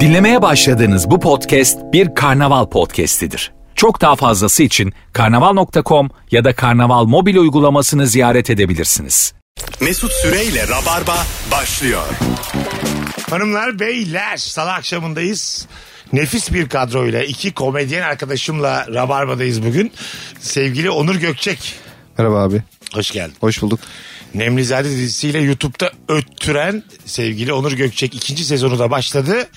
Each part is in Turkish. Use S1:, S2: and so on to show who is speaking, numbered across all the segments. S1: Dinlemeye başladığınız bu podcast bir karnaval podcastidir. Çok daha fazlası için karnaval.com ya da karnaval mobil uygulamasını ziyaret edebilirsiniz.
S2: Mesut Süreyle Rabarba başlıyor.
S3: Hanımlar beyler salı akşamındayız. Nefis bir kadroyla iki komedyen arkadaşımla Rabarba'dayız bugün. Sevgili Onur Gökçek.
S4: Merhaba abi.
S3: Hoş geldin.
S4: Hoş bulduk.
S3: Nemlizade dizisiyle YouTube'da öttüren sevgili Onur Gökçek ikinci sezonu da başladı.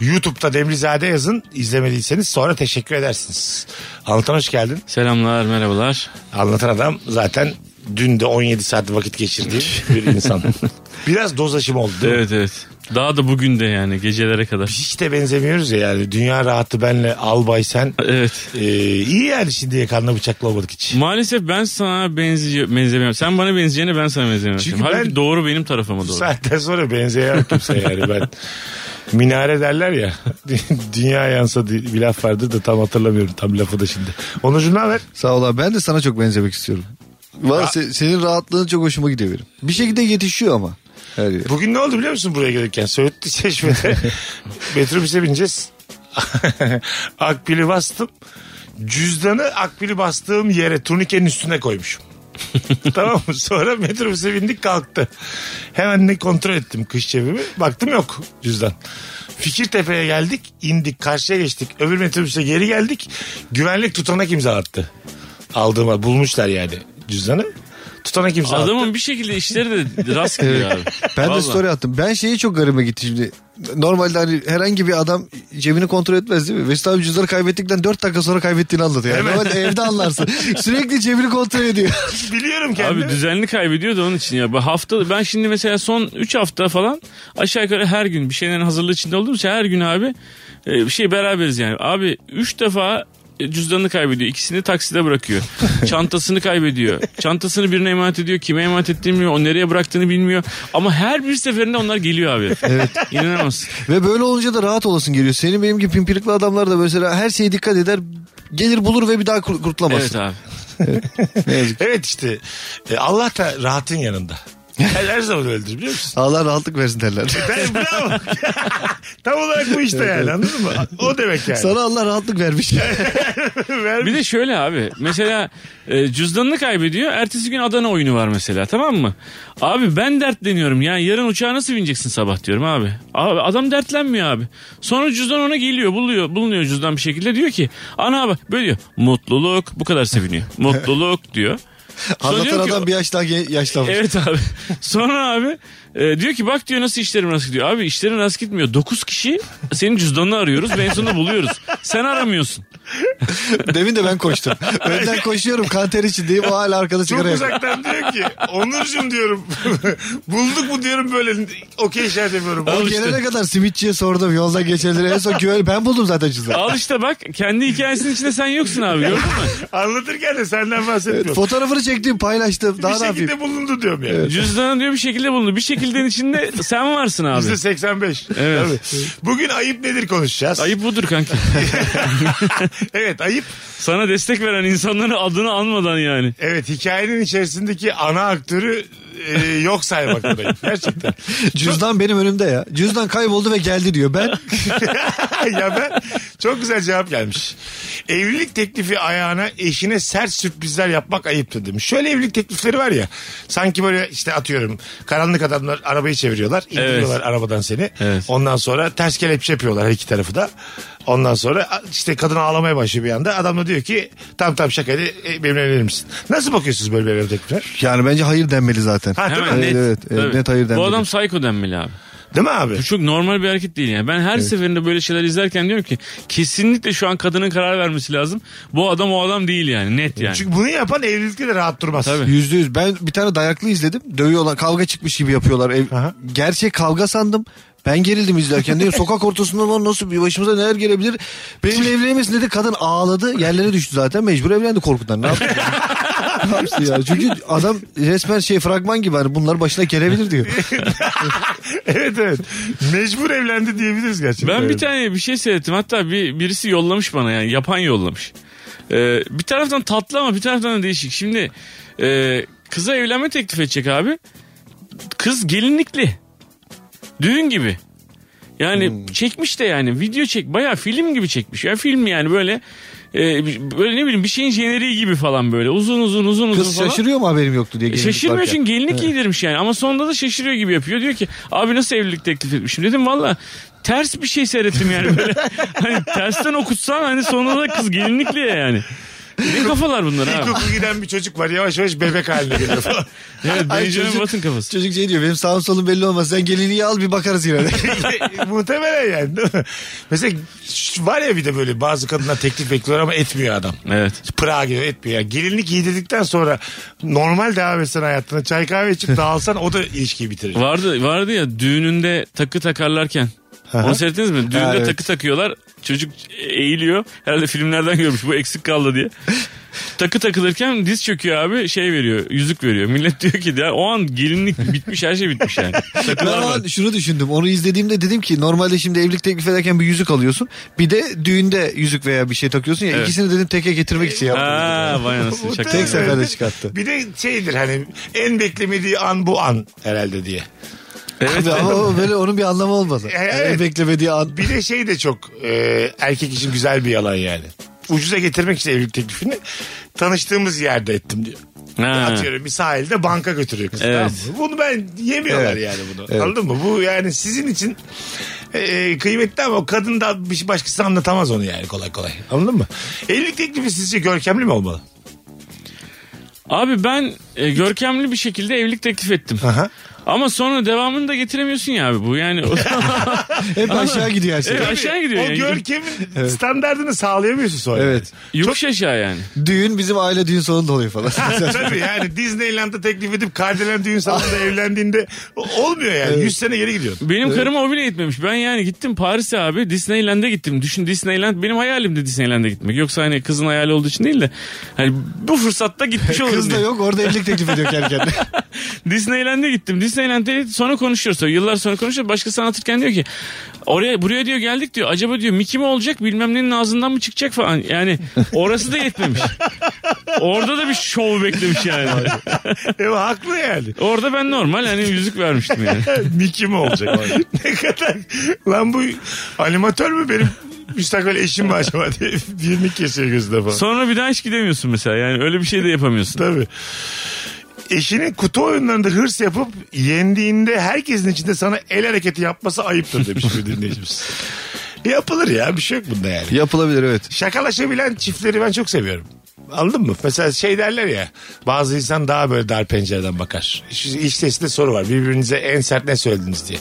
S3: YouTube'da Nemlizade yazın. İzlemediyseniz sonra teşekkür edersiniz. Anlatan hoş geldin.
S5: Selamlar, merhabalar.
S3: Anlatan adam zaten dün de 17 saat vakit geçirdiği bir insan. Biraz doz aşımı oldu değil mi? şey
S5: Evet evet. Daha da bugün de yani gecelere kadar.
S3: Hiç de benzemiyoruz ya yani. Dünya rahatı benle albay sen.
S5: Evet.
S3: Ee, iyi yani şimdiye kanla bıçaklı olmadık hiç.
S5: Maalesef ben sana benziyor, benzemiyorum. Sen bana benzeyene ben sana benzemiyorum.
S3: Çünkü
S5: Halbuki
S3: ben-
S5: doğru benim tarafıma
S3: Bu
S5: doğru.
S3: saatten sonra benzeyen kimse yani ben. Minare derler ya. Dünya yansa di- bir laf vardı da tam hatırlamıyorum tam lafı da şimdi. Onurcuğum ne haber?
S4: Sağ ol abi. Ben de sana çok benzemek istiyorum. Valla se- senin rahatlığın çok hoşuma gidiyor benim. Bir şekilde yetişiyor ama. Her yer.
S3: E Bugün ne oldu biliyor musun buraya gelirken? Söğütlü Çeşme'de metrobüse bineceğiz. akbili bastım. Cüzdanı akbili bastığım yere turnikenin üstüne koymuşum. tamam mı? Sonra metrobüse bindik kalktı. Hemen ne kontrol ettim kış cebimi. Baktım yok cüzdan. Fikirtepe'ye geldik, indik, karşıya geçtik. Öbür metrobüse geri geldik. Güvenlik tutanak imzalattı. Aldığıma bulmuşlar yani cüzdanı. Tutanak imzalattı.
S5: Adamın bir şekilde işleri de rast geliyor abi.
S4: Ben de
S5: Vallahi.
S4: story attım. Ben şeyi çok garime gitti şimdi. Normalde hani herhangi bir adam cebini kontrol etmez değil mi? Mesut abi cüzdanı kaybettikten 4 dakika sonra kaybettiğini anlatıyor. Yani. Normalde evde anlarsın. Sürekli cebini kontrol ediyor.
S3: Biliyorum kendimi.
S5: Abi düzenli kaybediyor da onun için ya. Ben hafta ben şimdi mesela son 3 hafta falan aşağı yukarı her gün bir şeylerin hazırlığı içinde olduğum için her gün abi e, bir şey beraberiz yani. Abi 3 defa e, cüzdanını kaybediyor. İkisini takside bırakıyor. Çantasını kaybediyor. Çantasını birine emanet ediyor. Kime emanet ettiğini bilmiyor. O nereye bıraktığını bilmiyor. Ama her bir seferinde onlar geliyor abi. Evet. İnanamazsın.
S4: Ve böyle olunca da rahat olasın geliyor. Senin benim gibi pimpirikli adamlar da mesela her şeye dikkat eder. Gelir bulur ve bir daha kur-
S5: Evet
S4: kurtulamazsın.
S5: abi.
S4: Ne yazık ki.
S3: Evet işte E, Allah da rahatın yanında. Her, her zaman öyledir biliyor musun?
S4: Allah rahatlık versin derler.
S3: Ben, bravo. Tam olarak bu işte yani anladın mı? O demek yani.
S4: Sana Allah rahatlık vermiş.
S3: Ver-
S5: Bir de şöyle abi mesela e, cüzdanını kaybediyor. Ertesi gün Adana oyunu var mesela tamam mı? Abi ben dertleniyorum yani yarın uçağa nasıl bineceksin sabah diyorum abi. Abi adam dertlenmiyor abi. Sonra cüzdan ona geliyor buluyor bulunuyor cüzdan bir şekilde diyor ki ana bak böyle diyor mutluluk bu kadar seviniyor. Mutluluk diyor. Sonra
S4: Anlatan
S5: diyor ki-
S4: adam bir yaş daha ge- yaşlanmış.
S5: Evet abi. Sonra abi e, diyor ki bak diyor nasıl işlerim nasıl gidiyor. Abi işlerin nasıl gitmiyor. 9 kişi senin cüzdanını arıyoruz ve en sonunda buluyoruz. Sen aramıyorsun.
S4: Demin de ben koştum. Önden koşuyorum kanter içindeyim o hala arkada
S3: Çok
S4: sigara yakıyor.
S3: uzaktan diyor ki Onurcuğum diyorum. Bulduk mu diyorum böyle okey işaret yapıyorum.
S4: O
S5: Al işte.
S4: gelene kadar simitçiye sordum yoldan geçenlere. En son güven ben buldum zaten cüzdanı.
S5: Al işte bak kendi hikayesinin içinde sen yoksun abi gördün mü?
S3: Anlatırken de senden bahsetmiyorum.
S4: Fotoğrafını çektim paylaştım. Daha
S3: bir şey
S4: ne yapayım?
S3: şekilde bulundu diyorum yani.
S5: Cüzdanı diyor bir şekilde bulundu. Bir şekildenin içinde sen varsın abi.
S3: Yüzde 85.
S5: Evet.
S3: Tabii. Bugün ayıp nedir konuşacağız.
S5: Ayıp budur kanki.
S3: Evet ayıp.
S5: Sana destek veren insanların adını anmadan yani.
S3: Evet hikayenin içerisindeki ana aktörü e, yok saymak da ayıp. Gerçekten.
S4: Cüzdan benim önümde ya. Cüzdan kayboldu ve geldi diyor. Ben
S3: ya ben çok güzel cevap gelmiş. Evlilik teklifi ayağına eşine sert sürprizler yapmak ayıptır demiş. Şöyle evlilik teklifleri var ya. Sanki böyle işte atıyorum karanlık adamlar arabayı çeviriyorlar. indiriyorlar arabadan seni.
S5: Evet.
S3: Ondan sonra ters kelepçe yapıyorlar her iki tarafı da. Ondan sonra işte kadın ağlamaya başlıyor bir anda. Adam da diyor ki tam tam şakaydı e, benimle evlenir misin? Nasıl bakıyorsunuz böyle bir evlilik teklifine?
S4: yani bence hayır denmeli zaten.
S3: Ha, değil, mi?
S5: Hemen net.
S4: Evet, evet, evet,
S5: Tabii.
S4: net hayır
S5: Bu
S4: denmeli.
S5: adam psycho denmeli abi.
S3: Değil mi abi?
S5: Bu çok normal bir hareket değil yani. Ben her seferinde böyle şeyler izlerken diyorum ki kesinlikle şu an kadının karar vermesi lazım. Bu adam o adam değil yani net yani.
S3: Çünkü bunu yapan evlilikte de rahat durmaz.
S5: Tabii.
S4: Yüzde yüz. Ben bir tane dayaklı izledim. Dövüyorlar kavga çıkmış gibi yapıyorlar. Ev,
S3: Aha.
S4: gerçek kavga sandım. Ben gerildim izlerken. Diyor, sokak ortasında lan nasıl bir başımıza neler gelebilir. Benimle evlenemezsin dedi. Kadın ağladı. Yerlere düştü zaten. Mecbur evlendi korkudan. Ne yapsın? ne yapsın ya? Çünkü adam resmen şey fragman gibi. Hani bunlar başına gelebilir diyor.
S3: evet evet. Mecbur evlendi diyebiliriz gerçekten.
S5: Ben
S3: Evet.
S5: bir tane bir şey seyrettim. Hatta bir birisi yollamış bana yani yapan yollamış. Ee, bir taraftan tatlı ama bir taraftan da değişik. Şimdi e, kıza evlenme teklif edecek abi. Kız gelinlikli. Düğün gibi. Yani çekmiş de yani video çek bayağı film gibi çekmiş. Ya film yani böyle e, böyle ne bileyim bir şeyin jeneriği gibi falan böyle uzun uzun uzun uzun
S4: Kız
S5: falan.
S4: şaşırıyor mu haberim yoktu diye.
S5: E,
S4: gelinlik
S5: Şaşırmıyor
S4: varken.
S5: çünkü gelinlik giydirmiş yani ama sonunda da şaşırıyor gibi yapıyor. Diyor ki abi nasıl evlilik teklif etmişim dedim valla ters bir şey seyrettim yani böyle. hani tersten okutsan hani sonunda da kız gelinlikli ya yani. Ne kafalar bunlar abi?
S3: İlkokul giden bir çocuk var yavaş yavaş bebek haline geliyor falan.
S5: Evet,
S4: Ay,
S5: Benjamin
S4: çocuk-
S5: Button kafası.
S4: Çocuk şey diyor benim sağım solum belli olmaz. Sen gelinliği al bir bakarız yine. de.
S3: Muhtemelen yani değil mi? Mesela şu- var ya bir de böyle bazı kadınlar teklif bekliyor ama etmiyor adam.
S5: Evet.
S3: Pırağa gidiyor etmiyor. Yani gelinlik giydirdikten sonra normal devam etsen hayatına çay kahve içip dağılsan o da ilişkiyi bitirir.
S5: Vardı vardı ya düğününde takı takarlarken. Onu seyrettiniz mi? Düğünde
S4: Ha, evet.
S5: takı takıyorlar. Çocuk eğiliyor. Herhalde filmlerden görmüş bu eksik kaldı diye. takı takılırken diz çöküyor abi şey veriyor yüzük veriyor. Millet diyor ki ya o an gelinlik bitmiş her şey bitmiş yani.
S4: Ben
S5: Takılar
S4: o
S5: var.
S4: an şunu düşündüm. Onu izlediğimde dedim ki normalde şimdi evlilik teklif ederken bir yüzük alıyorsun. Bir de düğünde yüzük veya bir şey takıyorsun ya.
S5: Evet.
S4: İkisini dedim teke getirmek için yaptım.
S5: Ha, vay anasını şaka.
S3: Muhtemelen.
S4: Tek seferde çıkarttı.
S3: Bir de şeydir hani en beklemediği an bu an herhalde diye.
S5: Evet.
S4: Abi ama o böyle onun bir anlamı olmadı.
S3: Evet.
S4: Yani beklemediği an.
S3: Bir de şey de çok e, erkek için güzel bir yalan yani. Ucuza getirmek için evlilik teklifini tanıştığımız yerde ettim diyor.
S5: Ha.
S3: Atıyorum bir sahilde banka götürüyor kız.
S5: Evet.
S3: Tamam mı? Bunu ben yemiyorlar
S4: Evet.
S3: yani bunu. Anladın mı? Bu yani sizin için e, kıymetli ama o kadın da bir başkası anlatamaz onu yani kolay kolay. Anladın mı? Evlilik teklifi sizce görkemli mi olmalı?
S5: Abi ben e, görkemli bir şekilde evlilik teklif ettim.
S3: Aha.
S5: Ama sonra devamını da getiremiyorsun ya abi bu yani. o-
S4: Hep aşağı gidiyor her şey.
S5: Evet. Aşağı gidiyor
S3: o
S5: yani.
S3: görkemin standartını sağlayamıyorsun sonra.
S4: Evet.
S5: Yokuş aşağı yani.
S4: Düğün bizim aile düğün salonunda oluyor falan.
S3: Tabii yani Disneyland'a teklif edip Kardelen düğün salonunda evlendiğinde olmuyor yani. 100 sene geri gidiyorsun.
S5: Benim karıma o bile yetmemiş. Ben yani gittim Paris'e abi Disneyland'e gittim. Düşün Disneyland benim hayalimdi Disneyland'e gitmek. Yoksa hani kızın hayali olduğu için değil de. Hani bu fırsatta gitmiş olurum.
S4: Kız da
S5: diye.
S4: yok orada evlilik teklif ediyor kendine.
S5: Disneyland'e gittim. Disneyland'e sonra konuşuyoruz tabii. Yıllar sonra konuşuyoruz. Başkası anlatırken diyor ki oraya buraya diyor geldik diyor. Acaba diyor Mickey mi olacak bilmem nenin ağzından mı çıkacak falan. Yani orası da yetmemiş. Orada da bir şov beklemiş yani.
S3: Evet E, haklı yani.
S5: Orada ben normal hani yüzük vermiştim yani.
S3: Mickey mi olacak? ne kadar lan bu animatör mü benim müstakbel eşim mi acaba diye birini kesiyor gözüne falan.
S5: Sonra bir daha hiç gidemiyorsun mesela. Yani öyle bir şey de yapamıyorsun.
S3: Tabii. Eşinin kutu oyunlarında hırs yapıp yendiğinde herkesin içinde sana el hareketi yapması ayıptır demiş bir dinleyicimiz. Yapılır ya bir şey yok bunda yani.
S4: Yapılabilir evet.
S3: şakalaşabilen çiftleri ben çok seviyorum. Anladın mı? Mesela şey derler ya bazı insan daha böyle dar pencereden bakar. Şu İş testinde soru var birbirinize en sert ne söylediniz diye.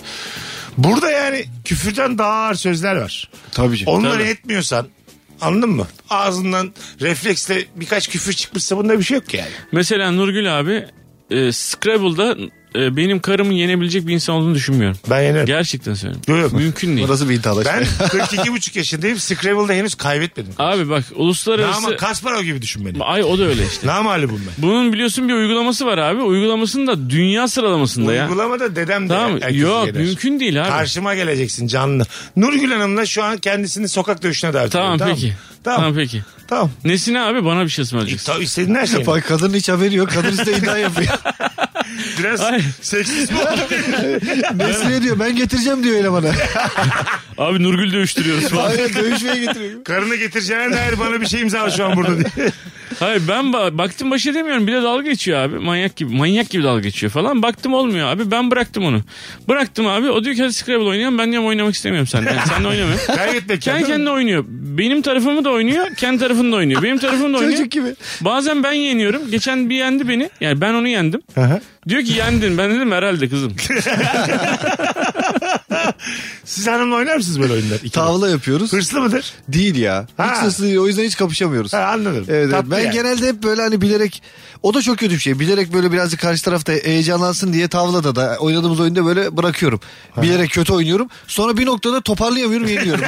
S3: Burada yani küfürden daha ağır sözler var.
S4: Tabii ki.
S3: Onları
S5: Tabii.
S3: etmiyorsan anladın mı? Ağzından refleksle birkaç küfür çıkmışsa bunda bir şey yok ki yani.
S5: Mesela Nurgül abi e, Scrabble'da e, benim karımın yenebilecek bir insan olduğunu düşünmüyorum.
S3: Ben yenerim.
S5: Gerçekten söylüyorum.
S3: Yok, yok.
S5: Mümkün değil.
S4: Orası bir iddialaşma.
S3: Ben 42,5 yaşındayım. Scrabble'da henüz kaybetmedim.
S5: Abi bak uluslararası...
S3: Ama Kasparov gibi düşün beni.
S5: Ay o da öyle işte.
S3: Namalibim ben.
S5: Bunun biliyorsun bir uygulaması var abi. Uygulamasının da dünya sıralamasında ya.
S3: Uygulamada dedem de
S5: Tamam mı?
S3: herkesi
S5: Yok
S3: yener.
S5: mümkün değil abi.
S3: Karşıma geleceksin canlı. Nurgül Hanım'la şu an kendisini sokak dövüşüne davet
S5: Tamam,
S3: ediyorum.
S5: peki.
S3: Tamam.
S5: Tamam.
S3: Tamam.
S5: peki.
S3: tamam.
S5: Nesine abi bana bir şey
S3: E,
S5: ısmarlayacaksın.
S3: tabii istediğin her şey.
S4: Bak kadının hiç haberi yok. Kadın üstüne iddia yapıyor.
S3: Biraz
S5: Ay.
S3: seksist mi oldu?
S4: Nesliye diyor ben getireceğim diyor elemana.
S5: Abi Nurgül dövüştürüyoruz falan.
S4: Aynen dövüşmeye getiriyor.
S3: Karını getireceğine dair bana bir şey imzala şu an burada diye.
S5: Hayır ben ba- baktım baş edemiyorum. Bir de dalga geçiyor abi. Manyak gibi manyak gibi dalga geçiyor falan. Baktım olmuyor abi. Ben bıraktım onu. Bıraktım abi. O diyor ki hadi Scrabble oynayalım. Ben diyorum oynamak istemiyorum senden. Yani sen de oynamıyorsun.
S3: Kaybetmek
S5: Kendi
S3: yani.
S5: kendine oynuyor. Benim tarafımı da oynuyor. Kendi tarafını da oynuyor. Benim tarafımı da oynuyor.
S4: Çocuk gibi.
S5: Bazen ben yeniyorum. Geçen bir yendi beni. Yani ben onu yendim. Diyor ki yendin. Ben dedim herhalde kızım.
S3: Siz hanımla oynar mısınız böyle oyunlar? İkiniz?
S4: Tavla yapıyoruz.
S3: Hırslı mıdır?
S4: Değil ya. Hiç
S3: Ha.
S4: hırslı değil. O yüzden hiç kapışamıyoruz.
S3: Ha, anladım.
S4: Evet, evet.
S3: Tatlı
S4: ben
S3: yani.
S4: genelde hep böyle hani bilerek o da çok kötü bir şey. Bilerek böyle birazcık karşı tarafta heyecanlansın diye tavlada da oynadığımız oyunda böyle bırakıyorum. Bilerek kötü oynuyorum. Sonra bir noktada toparlayamıyorum yeniyorum.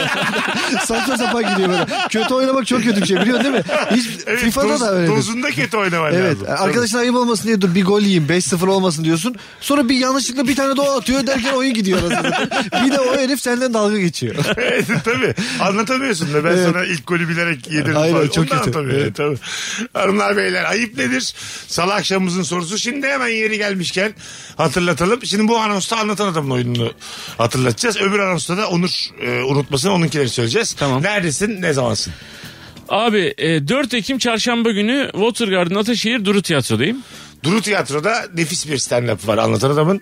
S4: Saçma sapan gidiyor böyle. Kötü oynamak çok kötü bir şey biliyorsun değil mi? Hiç
S3: Evet,
S4: FIFA'da
S3: doz-
S4: da öyle.
S3: Dozunda kötü oynaman
S4: Evet.
S3: lazım.
S4: Arkadaşın ayıp olmasın diye dur bir gol yiyeyim 5-0 olmasın diyorsun. Sonra bir yanlışlıkla bir tane daha atıyor derken oyun gidiyor. arasında. bir de o herif senden dalga geçiyor.
S3: Evet, tabii. Anlatamıyorsun da ben
S4: Evet.
S3: sana ilk golü bilerek yedirdim
S4: Aynen,
S3: falan.
S4: çok
S3: Onu da
S4: kötü.
S3: anlatamıyor.
S4: Evet.
S3: Tabii. Hanımlar beyler ayıp nedir? Salı akşamımızın sorusu. Şimdi hemen yeri gelmişken hatırlatalım. Şimdi bu anonsta anlatan adamın oyununu hatırlatacağız. Öbür anonsta da Onur e, unutmasın onunkileri söyleyeceğiz.
S5: Tamam.
S3: Neredesin ne zamansın?
S5: Abi e, 4 Ekim çarşamba günü Watergarden Ataşehir Duru Tiyatro'dayım.
S3: Duru Tiyatro'da nefis bir stand-up var anlatan adamın.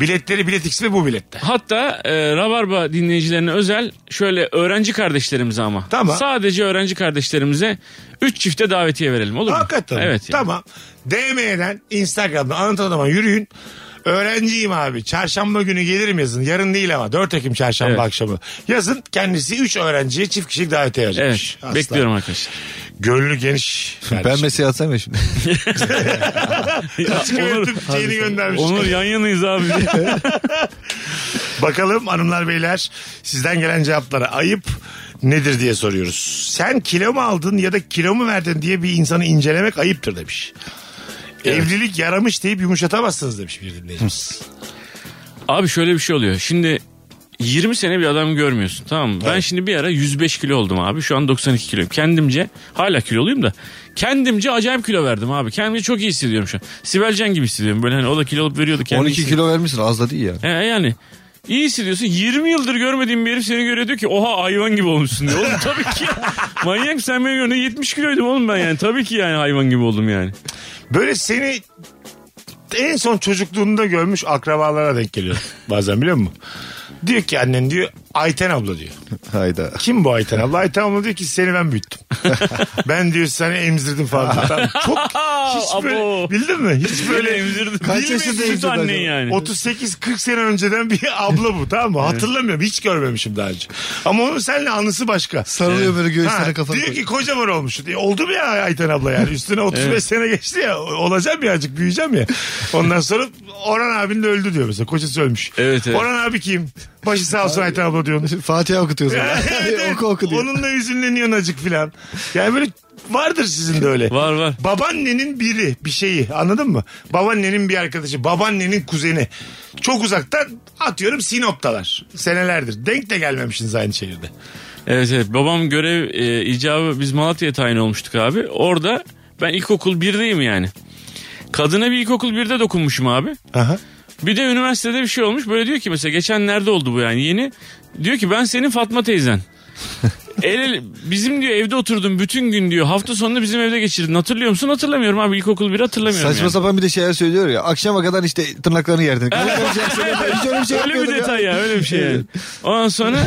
S3: Biletleri bilet X ve bu bilette.
S5: Hatta e, Rabarba dinleyicilerine özel şöyle öğrenci kardeşlerimize ama.
S3: Tamam.
S5: Sadece öğrenci kardeşlerimize 3 çifte davetiye verelim olur mu?
S3: Hakikaten.
S5: Evet. yani.
S3: Tamam. DM'den Instagram'dan anlatan adama yürüyün. Öğrenciyim abi. Çarşamba günü gelirim yazın. Yarın değil ama 4 Ekim çarşamba
S5: Evet.
S3: akşamı. Yazın kendisi 3 öğrenciye çift kişilik davetiye
S5: Evet.
S3: verecekmiş. Aslan.
S5: Bekliyorum arkadaşlar.
S3: Gönlü geniş.
S4: ben mesela atsam ya şimdi.
S3: Açık öğretim şeyini göndermiş.
S5: Onur yan yanayız abi.
S3: Bakalım hanımlar beyler sizden gelen cevaplara ayıp nedir diye soruyoruz. Sen kilo mu aldın ya da kilo mu verdin diye bir insanı incelemek ayıptır demiş. Evlilik yaramış deyip yumuşatamazsınız demiş bir dinleyicimiz.
S5: abi şöyle bir şey oluyor. Şimdi 20 sene bir adam görmüyorsun tamam mı? Ben şimdi bir ara 105 kilo oldum abi. Şu an 92 kiloyum. Kendimce hala kiloluyum da. Kendimce acayip kilo verdim abi. Kendimi çok iyi hissediyorum şu an. Sibel Can gibi hissediyorum. Böyle hani o da kilo alıp veriyordu. kendi
S4: 12
S5: hissediyordu.
S4: kilo vermişsin az da değil ya.
S5: He yani iyi hissediyorsun. 20 yıldır görmediğim bir herif seni görüyor diyor ki oha hayvan gibi olmuşsun diyor. Oğlum tabii ki ya. manyak sen beni gördün 70 kiloydum oğlum ben yani. Tabii ki yani hayvan gibi oldum yani.
S3: Böyle seni en son çocukluğunda görmüş akrabalara denk geliyor bazen biliyor musun? Diyor ki annen diyor Ayten abla diyor.
S4: Hayda.
S3: Kim bu Ayten abla? Ayten abla diyor ki seni ben büyüttüm. ben diyor seni emzirdim falan. diyor. Tamam, Çok hiç böyle,
S5: Abo.
S3: bildin mi? Hiç böyle
S5: emzirdim.
S4: Kaç
S3: Bilmediğim
S4: yaşında
S3: bir
S5: Süt
S4: emzirdin
S5: annen
S4: acaba?
S5: yani.
S3: 38-40 sene önceden bir abla bu tamam mı? Hatırlamıyorum. Hiç görmemişim daha önce. Ama onun seninle anısı başka.
S4: Sarılıyor böyle göğüslerine
S3: Ha,
S4: kafanı
S3: Diyor
S4: koyuyor.
S3: ki kocaman olmuş. E, Oldu mu ya Ayten abla yani? Üstüne 35 sene geçti ya. Olacağım ya azıcık büyüyeceğim ya. Ondan sonra Orhan abin de öldü diyor mesela. Kocası ölmüş.
S5: Evet, evet.
S3: Orhan abi kim? Başı sağ olsun Ayten abla diyor.
S4: Fatiha okutuyorsun.
S3: Evet, evet.
S4: oku oku diyor.
S3: Onunla üzünleniyorsun azıcık filan. Yani böyle vardır sizin de öyle.
S5: Var, var.
S3: Babaannenin biri bir şeyi anladın mı? Babaannenin bir arkadaşı, babaannenin kuzeni. Çok uzaktan atıyorum Sinop'talar. Senelerdir. Denk de gelmemişsiniz aynı şehirde.
S5: Evet evet babam görev e, icabı biz Malatya'ya tayin olmuştuk abi. Orada ben ilkokul 1'deyim yani. Kadına bir ilkokul 1'de dokunmuşum abi.
S3: Aha.
S5: Bir de üniversitede bir şey olmuş. Böyle diyor ki mesela geçen nerede oldu bu yani yeni. Diyor ki ben senin Fatma teyzen. El, ele- bizim diyor evde oturdum bütün gün diyor. Hafta sonunu bizim evde geçirdin. Hatırlıyor musun? Hatırlamıyorum abi. İlkokul bir hatırlamıyorum.
S4: Saçma
S5: yani.
S4: sapan bir de şeyler söylüyor ya. Akşama kadar işte tırnaklarını yerdin. Hiç öyle bir şey
S5: Öyle bir
S4: yapmıyordum ya.
S5: detay ya öyle bir şey yani. Ondan sonra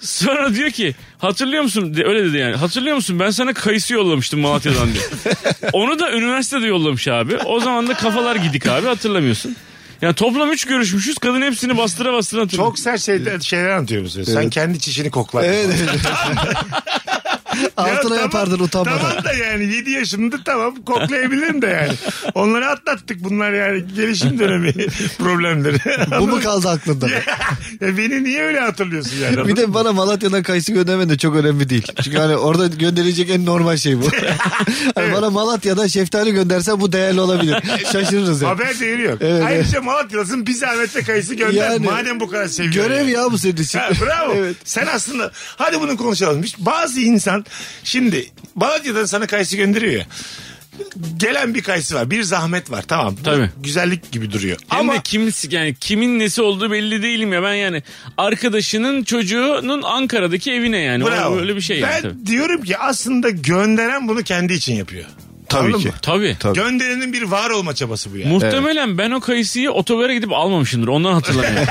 S5: sonra diyor ki hatırlıyor musun De- öyle dedi yani hatırlıyor musun ben sana kayısı yollamıştım Malatya'dan diyor. Onu da üniversitede yollamış abi o zaman da kafalar gidik abi hatırlamıyorsun. Yani toplam 3 görüşmüşüz kadın hepsini bastıra bastıra hatırlıyor.
S3: Çok sert şeyler, şeyler anlatıyor bize. Sen kendi çişini koklar.
S4: Evet evet.
S3: Ya
S4: Altına
S3: tamam,
S4: yapardın utanmadan.
S3: Tamam da yani 7 yaşımda tamam koklayabilirim de yani. Onları atlattık bunlar yani gelişim dönemi problemleri.
S4: Bu mu kaldı aklında?
S3: ya, ya beni niye öyle hatırlıyorsun yani?
S4: Bir de bana Malatya'dan kayısı göndermen de çok önemli değil. Çünkü hani orada gönderilecek en normal şey bu. Hani bana Malatya'dan şeftali göndersen bu değerli olabilir. Şaşırırız yani.
S3: Haber değeri yok.
S4: Evet,
S3: Ayrıca Malatya'dasın bir zahmetle kayısı gönder.
S4: Yani-
S3: Madem bu kadar seviyorsun.
S4: Görev
S3: yani.
S4: ya bu senin için.
S3: Ha, bravo.
S4: Evet.
S3: Sen aslında hadi bunu konuşalım. Hiç Bazı insan şimdi Malatya'dan sana kayısı gönderiyor ya. Gelen bir kayısı var. Bir zahmet var. Tamam. Bu
S5: Tabii.
S3: Güzellik gibi duruyor.
S5: Hem
S3: Ama
S5: de kimisi yani kimin nesi olduğu belli değilim ya ben yani arkadaşının çocuğunun Ankara'daki evine yani
S3: bravo.
S5: O öyle bir şey yani.
S3: ben
S5: tabii.
S3: diyorum ki aslında gönderen bunu kendi için yapıyor. Anladın mı?
S5: Tabii.
S3: Gönderenin bir var olma çabası bu yani.
S5: Muhtemelen ben o kayısıyı otogara gidip almamışımdır. Ondan hatırlamıyorum.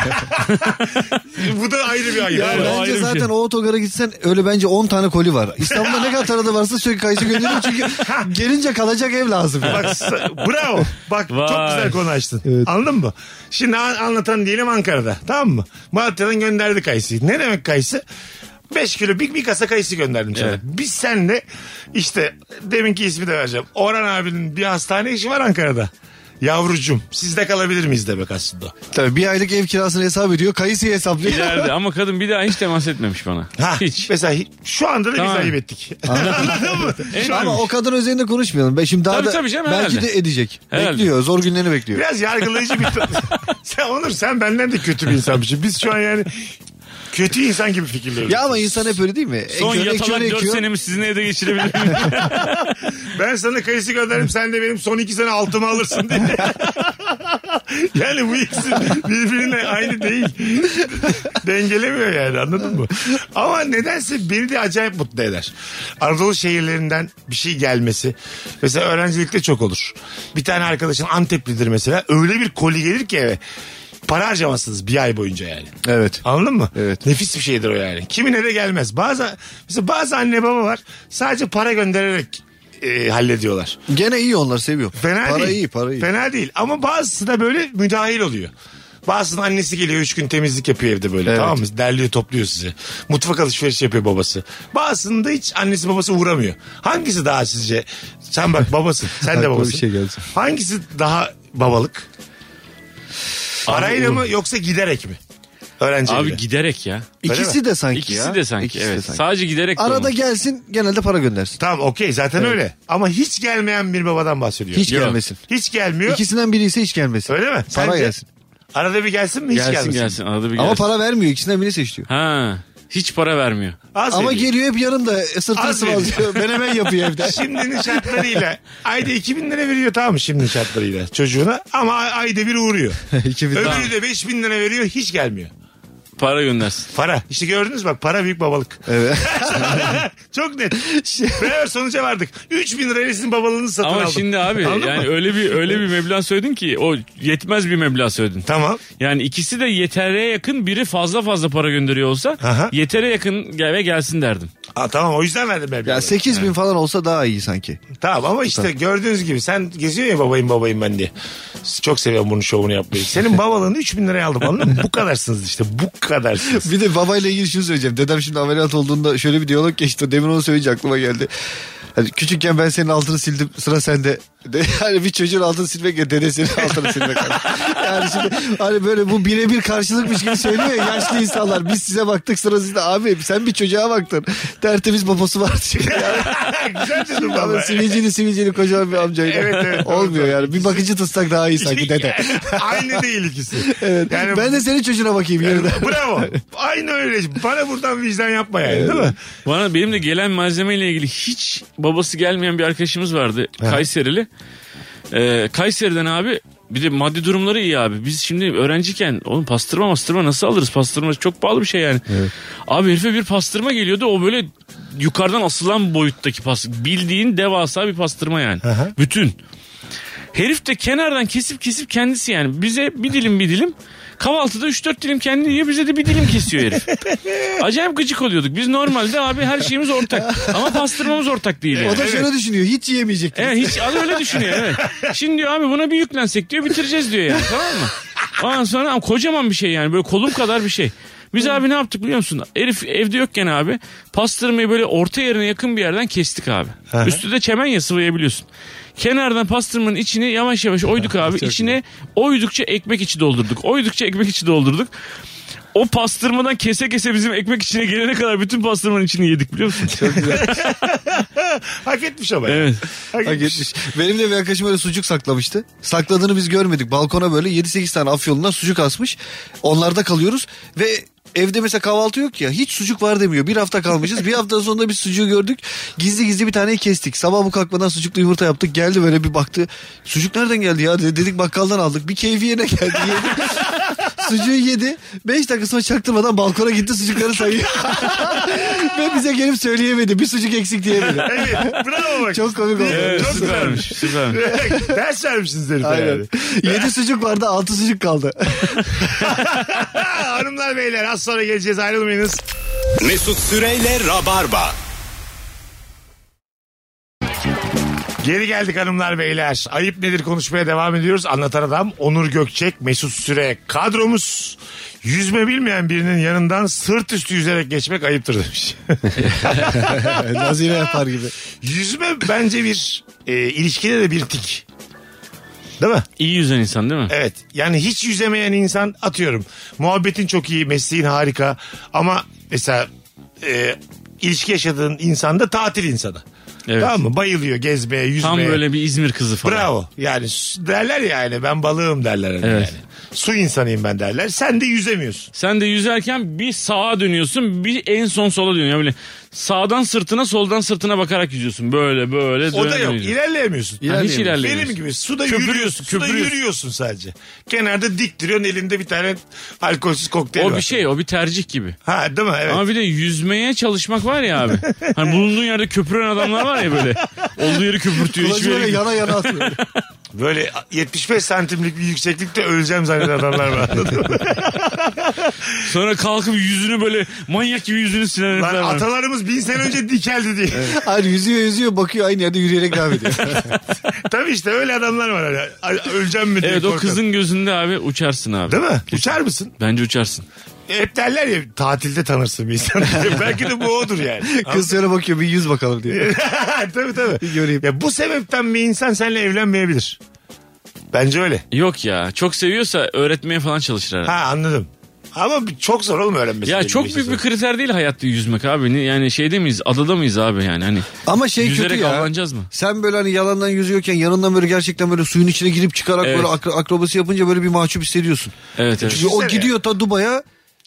S3: bu da ayrı bir ayıp.
S4: Ya
S5: Evet, ayrı
S4: bence
S5: bir
S4: zaten
S5: şey.
S4: o otogara gitsen öyle bence 10 tane koli var. İstanbul'da ne kadar tarada varsa sürekli kayısı gönderiyor çünkü gelince kalacak ev lazım. yani.
S3: Bak sa- bravo. Bak
S5: Vay.
S3: çok güzel konu açtın. Anladın mı? Şimdi an- anlatan diyelim Ankara'da. Tamam mı? Malatya'dan gönderdi kayısıyı. Ne demek kayısı? 5 kilo bir, bir kasa kayısı gönderdim sana.
S5: Evet.
S3: Biz senle işte deminki ismi de vereceğim. Orhan abinin bir hastane işi var Ankara'da. Yavrucum sizde kalabilir miyiz demek aslında.
S4: Tabii bir aylık ev kirasını hesap ediyor. Kayısıyı hesaplıyor.
S5: İleride ama kadın bir daha hiç temas etmemiş bana.
S3: Ha,
S5: Hiç.
S3: Mesela hi- şu anda da
S5: Tamam.
S3: biz ayıp ettik. Anladın mı?
S5: En-
S4: Ama o kadar üzerinde konuşmayalım. Ben şimdi daha
S5: Tabii
S4: da
S5: tabii canım,
S4: belki
S5: herhalde.
S4: de edecek.
S5: Herhalde.
S4: Bekliyor. Zor günlerini bekliyor.
S3: Biraz yargılayıcı bir... sen, Onur sen benden de kötü bir insanmışsın. Biz şu an yani Kötü insan gibi fikirler.
S4: Ya
S3: üretiyorsun.
S4: ama insan hep öyle değil mi?
S5: Son
S4: Ekiyor,
S5: yatalak
S4: ekiyor,
S5: 4
S4: ekiyor.
S5: senemi sizin evde geçirebilir miyim?
S3: Ben sana kayısı gönderirim sen de benim son iki sene altımı alırsın diye. yani bu ikisi birbirine aynı değil. Dengelemiyor yani anladın mı? Ama nedense beni de acayip mutlu eder. Anadolu şehirlerinden bir şey gelmesi. Mesela öğrencilikte çok olur. Bir tane arkadaşın Anteplidir mesela. Öyle bir koli gelir ki eve. Para harcamazsınız bir ay boyunca yani.
S4: Evet.
S3: Anladın mı?
S4: Evet.
S3: Nefis bir şeydir o yani. Kimine de gelmez. Bazı mesela bazı anne baba var. Sadece para göndererek e, hallediyorlar.
S4: Gene iyi onlar seviyor.
S3: Fena
S4: para
S3: değil.
S4: iyi para iyi.
S3: Fena değil. Ama bazısı da böyle müdahil oluyor. Bazısının annesi geliyor üç gün temizlik yapıyor evde böyle
S4: Evet.
S3: tamam mı? Derliyor topluyor sizi. Mutfak alışverişi yapıyor babası. Bazısının da hiç annesi babası uğramıyor. Hangisi daha sizce? Sen bak babasın. Sen de
S4: Aklıma bir
S3: babasın.
S4: şey geldi.
S3: Hangisi daha babalık? Arayla mı yoksa giderek mi? Öğrenci
S5: Abi
S3: evi.
S5: giderek ya.
S4: İkisi de sanki
S5: İkisi
S4: ya.
S5: de sanki
S4: İkisi
S5: evet. Sadece giderek de
S4: Arada
S5: olmaz.
S4: gelsin genelde para göndersin.
S3: Tamam okey zaten öyle. Ama hiç gelmeyen bir babadan bahsediyor.
S4: Hiç
S5: Yok.
S4: gelmesin.
S3: Hiç gelmiyor.
S4: İkisinden biri ise hiç gelmesin.
S3: Öyle mi?
S4: Para
S3: Sence?
S4: gelsin.
S3: Arada bir gelsin mi hiç
S5: gelsin
S3: gelmesin.
S5: gelsin arada bir gelsin.
S4: Ama para vermiyor ikisinden biri seçiyor.
S5: Ha. Hiç para vermiyor.
S3: Az
S4: Ama
S3: veriyor.
S4: geliyor hep yanında sırtını
S3: Az veriyor.
S4: sıvazlıyor. ben hemen yapıyor evde.
S3: Şimdinin şartlarıyla ayda 2000 lira veriyor tamam mı şimdinin şartlarıyla çocuğuna ama ay- ayda bir uğruyor.
S4: 2000
S3: Öbürü
S4: Tamam.
S3: de 5000 lira veriyor hiç gelmiyor.
S5: Para göndersin.
S3: Para. İşte gördünüz bak para büyük babalık.
S4: Evet.
S3: Çok net. Beraber sonuca vardık. 3000 lirayla sizin babalığınızı satın
S5: Ama
S3: aldım.
S5: şimdi abi
S3: Anladın
S5: yani
S3: mı?
S5: öyle bir öyle bir meblağ söyledin ki o yetmez bir meblağ söyledin.
S3: Tamam.
S5: Yani ikisi de yeterliye yakın biri fazla fazla para gönderiyor olsa
S3: Aha.
S5: yetere yakın gel ve gelsin derdim.
S3: Aa, tamam o yüzden verdim ben.
S4: Ya
S3: bir
S4: 8 bin falan olsa daha iyi sanki.
S3: Tamam ama işte gördüğünüz gibi sen geziyor ya babayım babayım ben diye. Çok seviyorum bunun şovunu yapmayı. Senin babalığını 3000 liraya aldım anladın mı? Bu kadarsınız işte bu kadarsınız.
S4: Bir de babayla ilgili şunu söyleyeceğim. Dedem şimdi ameliyat olduğunda şöyle bir diyalog geçti. Demin onu söyleyince aklıma geldi. Hani küçükken ben senin altını sildim sıra sende. De, hani bir çocuğun altını silmek ya dedesinin altını silmek. yani şimdi hani böyle bu birebir karşılıkmış gibi söylüyor ya yaşlı insanlar. Biz size baktık sıra sizde. Abi sen bir çocuğa baktın. Tertemiz babası vardı. çünkü. Yani,
S3: Güzel dedim
S4: ama
S3: baba.
S4: sivilcili sivilcili kocaman bir amcayla.
S3: Evet, evet,
S4: Olmuyor yani. Bir bakıcı tutsak daha iyi sanki dede.
S3: Aynı değil ikisi.
S4: Evet.
S3: Yani
S4: ben de senin çocuğuna bakayım yerine.
S3: Bravo. Aynı öyle. Bana buradan vicdan yapma yani değil mi?
S5: Bana benim de gelen malzemeyle ilgili hiç babası gelmeyen bir arkadaşımız vardı Kayserili. Ee, Kayseri'den abi bir de maddi durumları iyi abi. Biz şimdi öğrenciyken oğlum pastırma pastırma nasıl alırız? Pastırma çok pahalı bir şey yani. Abi herife bir pastırma geliyordu o böyle yukarıdan asılan boyuttaki pastırma. Bildiğin devasa bir pastırma yani. Bütün. Herif de kenardan kesip kesip kendisi yani. Bize bir dilim bir dilim. Kahvaltıda 3-4 dilim kendi yiyor bize de bir dilim kesiyor herif. Acayip gıcık oluyorduk. Biz normalde abi her şeyimiz ortak. Ama pastırmamız ortak değil. Yani.
S4: O da şöyle düşünüyor. Hiç yiyemeyecek.
S5: Evet hiç adam öyle düşünüyor evet. Şimdi diyor abi buna bir yüklensek diyor bitireceğiz diyor yani tamam mı? Ondan sonra ama kocaman bir şey yani böyle kolum kadar bir şey. Biz abi ne yaptık biliyor musun? Herif evde yokken abi pastırmayı böyle orta yerine yakın bir yerden kestik abi. Üstü de çemen ya sıvayabiliyorsun. Kenardan pastırmanın içini yavaş yavaş oyduk abi. İçine oydukça ekmek içi doldurduk. Oydukça ekmek içi doldurduk. O pastırmadan kese kese bizim ekmek içine gelene kadar bütün pastırmanın içini yedik biliyor musun?
S3: Hak etmiş ama. yani.
S5: evet.
S3: Hak
S4: Ha
S3: etmiş.
S4: gitmiş. Benim de bir arkadaşım öyle sucuk saklamıştı. Sakladığını biz görmedik. Balkona böyle 7-8 tane afyonundan sucuk asmış. Onlarda kalıyoruz ve Evde mesela kahvaltı yok ya hiç sucuk var demiyor. Bir hafta kalmışız. bir hafta sonunda biz sucuğu gördük. Gizli gizli bir taneyi kestik. Sabah bu kalkmadan sucuklu yumurta yaptık. Geldi böyle bir baktı. Sucuk nereden geldi ya dedi. Dedik bakkaldan aldık. Bir keyfi yerine geldi. Yedi. Sucuğu yedi. Beş dakika sonra çaktırmadan balkona gitti sucukları sayıyor. Ve bize gelip söyleyemedi. Bir sucuk eksik diyemedi.
S3: Evet. Bravo bak.
S4: Çok komik oldu.
S5: Evet,
S3: Çok
S5: süpermiş, süpermiş.
S3: güzel. Ders vermişsiniz herife yani.
S4: Aynen. 7 sucuk vardı 6 sucuk kaldı.
S3: Ha, Hanımlar beyler az sonra geleceğiz ayrılmayınız.
S2: Mesut Süreyle Rabarba.
S3: Geri geldik hanımlar beyler. Ayıp nedir konuşmaya devam ediyoruz. Anlatan adam Onur Gökçek, Mesut Süre kadromuz. Yüzme bilmeyen birinin yanından sırt üstü yüzerek geçmek ayıptır demiş.
S4: Nazire yapar gibi.
S3: Yüzme bence bir e, ilişkide de bir tik. Değil mi?
S5: İyi yüzen insan değil mi?
S3: Evet. Yani hiç yüzemeyen insan atıyorum. Muhabbetin çok iyi, mesleğin harika ama mesela e, ilişki yaşadığın insan da tatil insanı.
S5: Evet.
S3: Tamam mı? Bayılıyor gezmeye, yüzmeye.
S5: Tam böyle bir İzmir kızı falan.
S3: Bravo. Yani s- derler ya yani ben balığım derler. hani
S5: Evet.
S3: yani. Su insanıyım ben derler. Sen de yüzemiyorsun.
S5: Sen de yüzerken bir sağa dönüyorsun bir en son sola dönüyorsun. Böyle sağdan sırtına soldan sırtına bakarak yüzüyorsun. Böyle böyle
S3: O da
S5: dönerek
S3: yok.
S5: yüzüyorsun.
S3: İlerleyemiyorsun.
S5: Ha, hiç
S3: Benim
S5: ilerleyemiyorsun.
S3: gibi suda
S5: Köpürüyorsun,
S3: yürüyorsun. Suda
S5: köpürüyorsun.
S3: yürüyorsun sadece. Kenarda dik duruyorsun elinde bir tane alkolsüz kokteyl
S5: O
S3: var.
S5: bir şey o bir tercih gibi.
S3: Ha değil mi? Evet.
S5: Ama bir de yüzmeye çalışmak var ya abi. Hani bulunduğun yerde köpüren adamlar var ya böyle. Olduğu yeri köpürtüyor.
S4: Kulacı
S5: hiçbir yere
S4: böyle
S5: gitmiyor.
S4: yana yana atıyor.
S3: Böyle 75 santimlik bir yükseklikte öleceğim zanneden adamlar var. anladın mı?
S5: Sonra kalkıp yüzünü böyle manyak gibi yüzünü silen herifler
S3: Lan
S5: var.
S3: atalarımız bin sene önce dikeldi diye.
S4: Hayır yüzüyor yüzüyor bakıyor aynı yerde yürüyerek devam ediyor.
S3: Tabii işte öyle adamlar var. Hani. Ay, Öleceğim mi diye
S5: Evet o
S3: korkan.
S5: kızın gözünde abi uçarsın abi.
S3: Değil mi? Uçar mısın?
S5: Bence uçarsın.
S3: Hep derler ya tatilde tanırsın bir insan. diye. Belki de bu odur yani.
S4: Kız sana bakıyor bir yüz bakalım diye.
S3: tabii tabii.
S4: Bir göreyim.
S3: Ya bu sebepten bir insan seninle evlenmeyebilir. Bence öyle.
S5: Yok ya çok seviyorsa öğretmeye falan çalışır herhalde.
S3: Ha anladım. Ama bir- çok zor oğlum öğrenmesi.
S5: Ya
S3: benim
S5: çok
S3: için
S5: büyük
S3: zor.
S5: bir kriter değil hayatta yüzmek abi. Ne- Yani şeyde miyiz? Adada mıyız abi yani? Hani
S4: Ama şey
S5: Yüzerek
S4: kötü ya.
S5: avlanacağız mı?
S4: Sen böyle hani yalandan yüzüyorken yanından böyle gerçekten böyle suyun içine girip çıkarak
S5: Evet.
S4: böyle akro- akrobasi yapınca böyle bir mahcup hissediyorsun.
S5: evet evet.
S4: o
S3: ya.
S4: gidiyor ta Dubai'ye.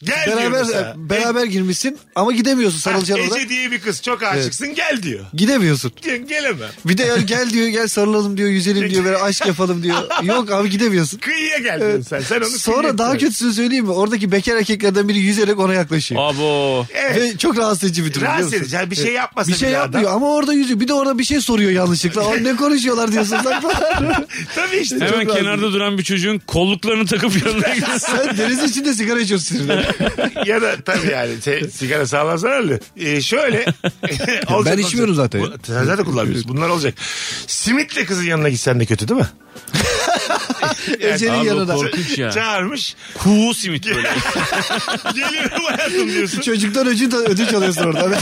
S3: Gel diyor
S4: Beraber
S3: mesela.
S4: beraber girmişsin ama gidemiyorsun
S3: Ha,
S4: sarılacaksın ona.
S3: Ece diye bir kız çok aşıksın gel diyor.
S4: Gidemiyorsun.
S3: Diyor gelemem.
S4: Bir de yani gel diyor gel sarılalım diyor yüzelim diyor böyle aşk yapalım diyor. Yok abi gidemiyorsun.
S3: Kıyıya gel diyorsun sen. Sen onu kıyıya
S4: Sonra daha
S3: koy.
S4: kötüsünü söyleyeyim mi? Oradaki bekar erkeklerden biri yüzerek ona yaklaşıyor.
S5: Abo.
S3: Evet.
S4: Ve çok rahatsız edici bir durum. biliyor
S3: Rahatsız
S4: musun?
S3: edici. Yani bir şey yapmasa
S4: Bir şey
S3: bile
S4: yapmıyor
S3: adam.
S4: ama orada yüzüyor. Bir de orada bir şey soruyor yanlışlıkla. Aa, ne konuşuyorlar diyorsun lan.
S3: Tabii işte.
S5: Hemen
S3: Çok
S5: kenarda duran bir çocuğun kolluklarını takıp yanına gidiyorsun.
S4: Sen denizin içinde sigara içiyorsun sinirden.
S3: rahatsız. ya da tabii yani şey, sigara sağlam zararlı. Ee, şöyle.
S4: ben içmiyorum zaten.
S3: Bu- Sen zaten kullanmıyorsun. Bunlar olacak. Simitle kızın yanına gitsen de kötü değil mi?
S4: Ece'nin
S5: Abi o
S4: yanına.
S5: korkunç ya.
S3: Çağırmış.
S5: Kuğu simit böyle.
S3: Geliyorum hayatım diyorsun.
S4: Çocuktan ödünç, ödünç alıyorsun orada.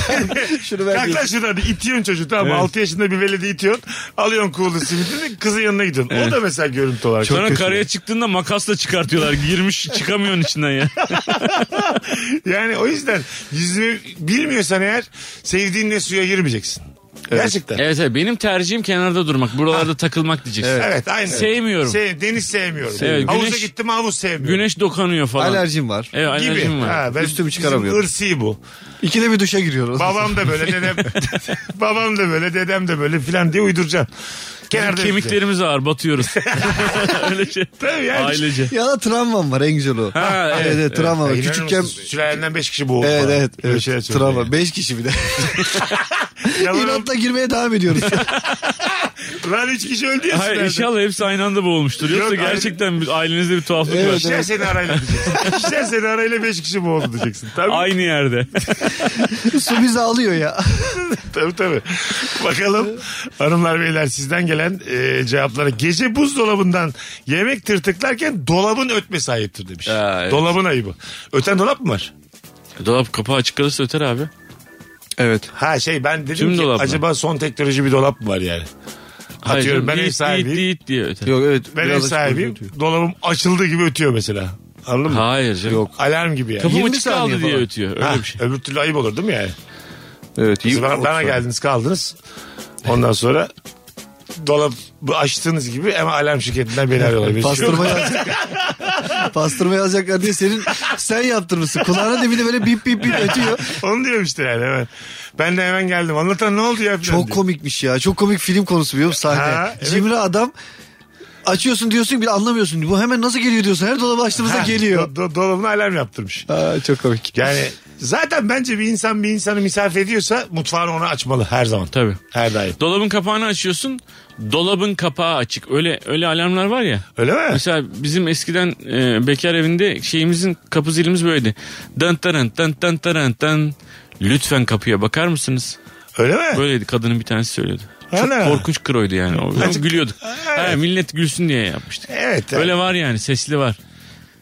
S4: Şunu ver
S3: Kalk
S4: diye.
S3: lan şuradan diye itiyorsun çocuğu tamam mı?
S5: Evet.
S3: 6 yaşında bir veledi itiyorsun. Alıyorsun kuğulu simitini kızın yanına gidiyorsun. O da mesela görüntü olarak.
S5: Sonra karaya çıktığında makasla çıkartıyorlar. Girmiş çıkamıyorsun içinden ya.
S3: Yani o yüzden yüzme bilmiyorsan eğer sevdiğinle suya girmeyeceksin. Gerçekten. Evet.
S5: Evet evet benim tercihim kenarda durmak. Buralarda takılmak diyeceksin.
S3: aynen.
S5: Sevmiyorum.
S3: Se- deniz sevmiyorum.
S5: Evet,
S3: Havuza
S5: güneş-
S3: gittim havuz sevmiyorum.
S5: Güneş dokunuyor falan.
S4: Alerjim var.
S5: Evet
S3: gibi.
S5: alerjim var.
S3: Ha, ben
S4: Üstümü
S3: bizim
S4: çıkaramıyorum.
S3: ırsi bu.
S4: İkide bir duşa giriyoruz.
S3: Babam da böyle dedem babam da böyle dedem de böyle filan diye uyduracağım. Kenarda
S5: Kemiklerimiz ağır batıyoruz. Öyle şey.
S3: Tabii yani.
S5: Ailece.
S4: Ya da tavmam var en güzel o.
S5: Ha, evet,
S4: evet,
S5: evet.
S4: travma var.
S3: Ya, inanır
S4: Küçükken
S3: mısın? Sülalenden 5 kişi boğuldu.
S4: Evet
S3: falan.
S4: evet.
S3: Öyle
S4: evet.
S3: şeyler söylüyor.
S4: Travma. Beş kişi bir de.
S3: Yalan
S4: İnatla girmeye devam ediyoruz.
S3: Lan üç kişi öldü ya
S5: Hayır
S3: sizlerden.
S5: inşallah hepsi aynı anda boğulmuştur. Yoksa
S3: Yok,
S5: gerçekten bir- ailenizde bir tuhaflık var.
S4: Evet,
S3: İkişer seni arayla diyeceksin. İkişer seni arayla beş kişi boğuldu diyeceksin. Tabii
S5: Aynı yerde.
S4: Su bizi alıyor ya.
S3: tabii tabii. Bakalım hanımlar beyler sizden gelen e, cevaplara. Gece buzdolabından yemek tırtıklarken dolabın ötmesi ayıptır demiş.
S5: Ha, evet.
S3: Dolabın ayıbı. Öten dolap mı var?
S5: Dolap kapağı açık kalırsa öter abi.
S4: Evet.
S3: Ha şey ben dedim
S5: Tüm
S3: ki
S5: dolap mı?
S3: acaba son teknoloji bir dolap mı var yani? Atıyorum ben ev
S5: diit,
S3: sahibiyim.
S5: diit, diit diye öter.
S4: Yok evet.
S3: Ben
S4: biraz
S3: ev
S4: açık
S3: sahibiyim.
S4: ötüyor.
S3: Dolabım açıldı gibi ötüyor mesela. Anladın mı?
S5: Hayır canım. Yok.
S3: Alarm gibi yani.
S5: Kapım
S4: 20
S5: açık kaldı
S4: saniye
S5: diye
S4: falan.
S5: ötüyor. Öyle
S3: Ha,
S5: bir şey.
S3: Öbür türlü ayıp olur değil mi yani?
S4: Evet.
S3: Siz bana, bana geldiniz kaldınız. Ondan sonra dolap açtığınız gibi ama alarm şirketinden beni arıyorlar. Bir şey yok.
S4: Pastırma yazacak. Pastırma yazacaklar diye senin sen yaptırmışsın. Kulağına dibine böyle bip bip bip ötüyor.
S3: Onu diyorum işte yani hemen. Ben de hemen geldim. Anlatan ne oldu ya? falan
S4: Çok
S3: diyor.
S4: komikmiş ya. Çok komik film konusu biliyor musun sahne?
S3: Ha, evet.
S4: Cimri adam açıyorsun diyorsun bir anlamıyorsun. Bu hemen nasıl geliyor diyorsun. Her dolabı açtığımızda
S3: Ha,
S4: geliyor.
S3: Do, do- dolabına alarm yaptırmış.
S4: Aa, çok komik.
S3: Yani zaten bence bir insan bir insanı misafir ediyorsa mutfağını ona açmalı her zaman.
S5: Tabii.
S3: Her daim.
S5: Dolabın kapağını açıyorsun. Dolabın kapağı açık. Öyle öyle alarmlar var ya.
S3: Öyle mi?
S5: Mesela bizim eskiden e, bekar evinde şeyimizin kapı zilimiz böyleydi. Dın dın dın dın dın dın. Lütfen kapıya bakar mısınız?
S3: Öyle mi?
S5: Böyleydi kadının bir tanesi söylüyordu. Çok
S3: Ana.
S5: korkunç kroydu yani. O, ama gülüyorduk.
S3: Evet.
S5: Ha, millet gülsün diye yapmıştık.
S3: Evet.
S5: Öyle var yani sesli var.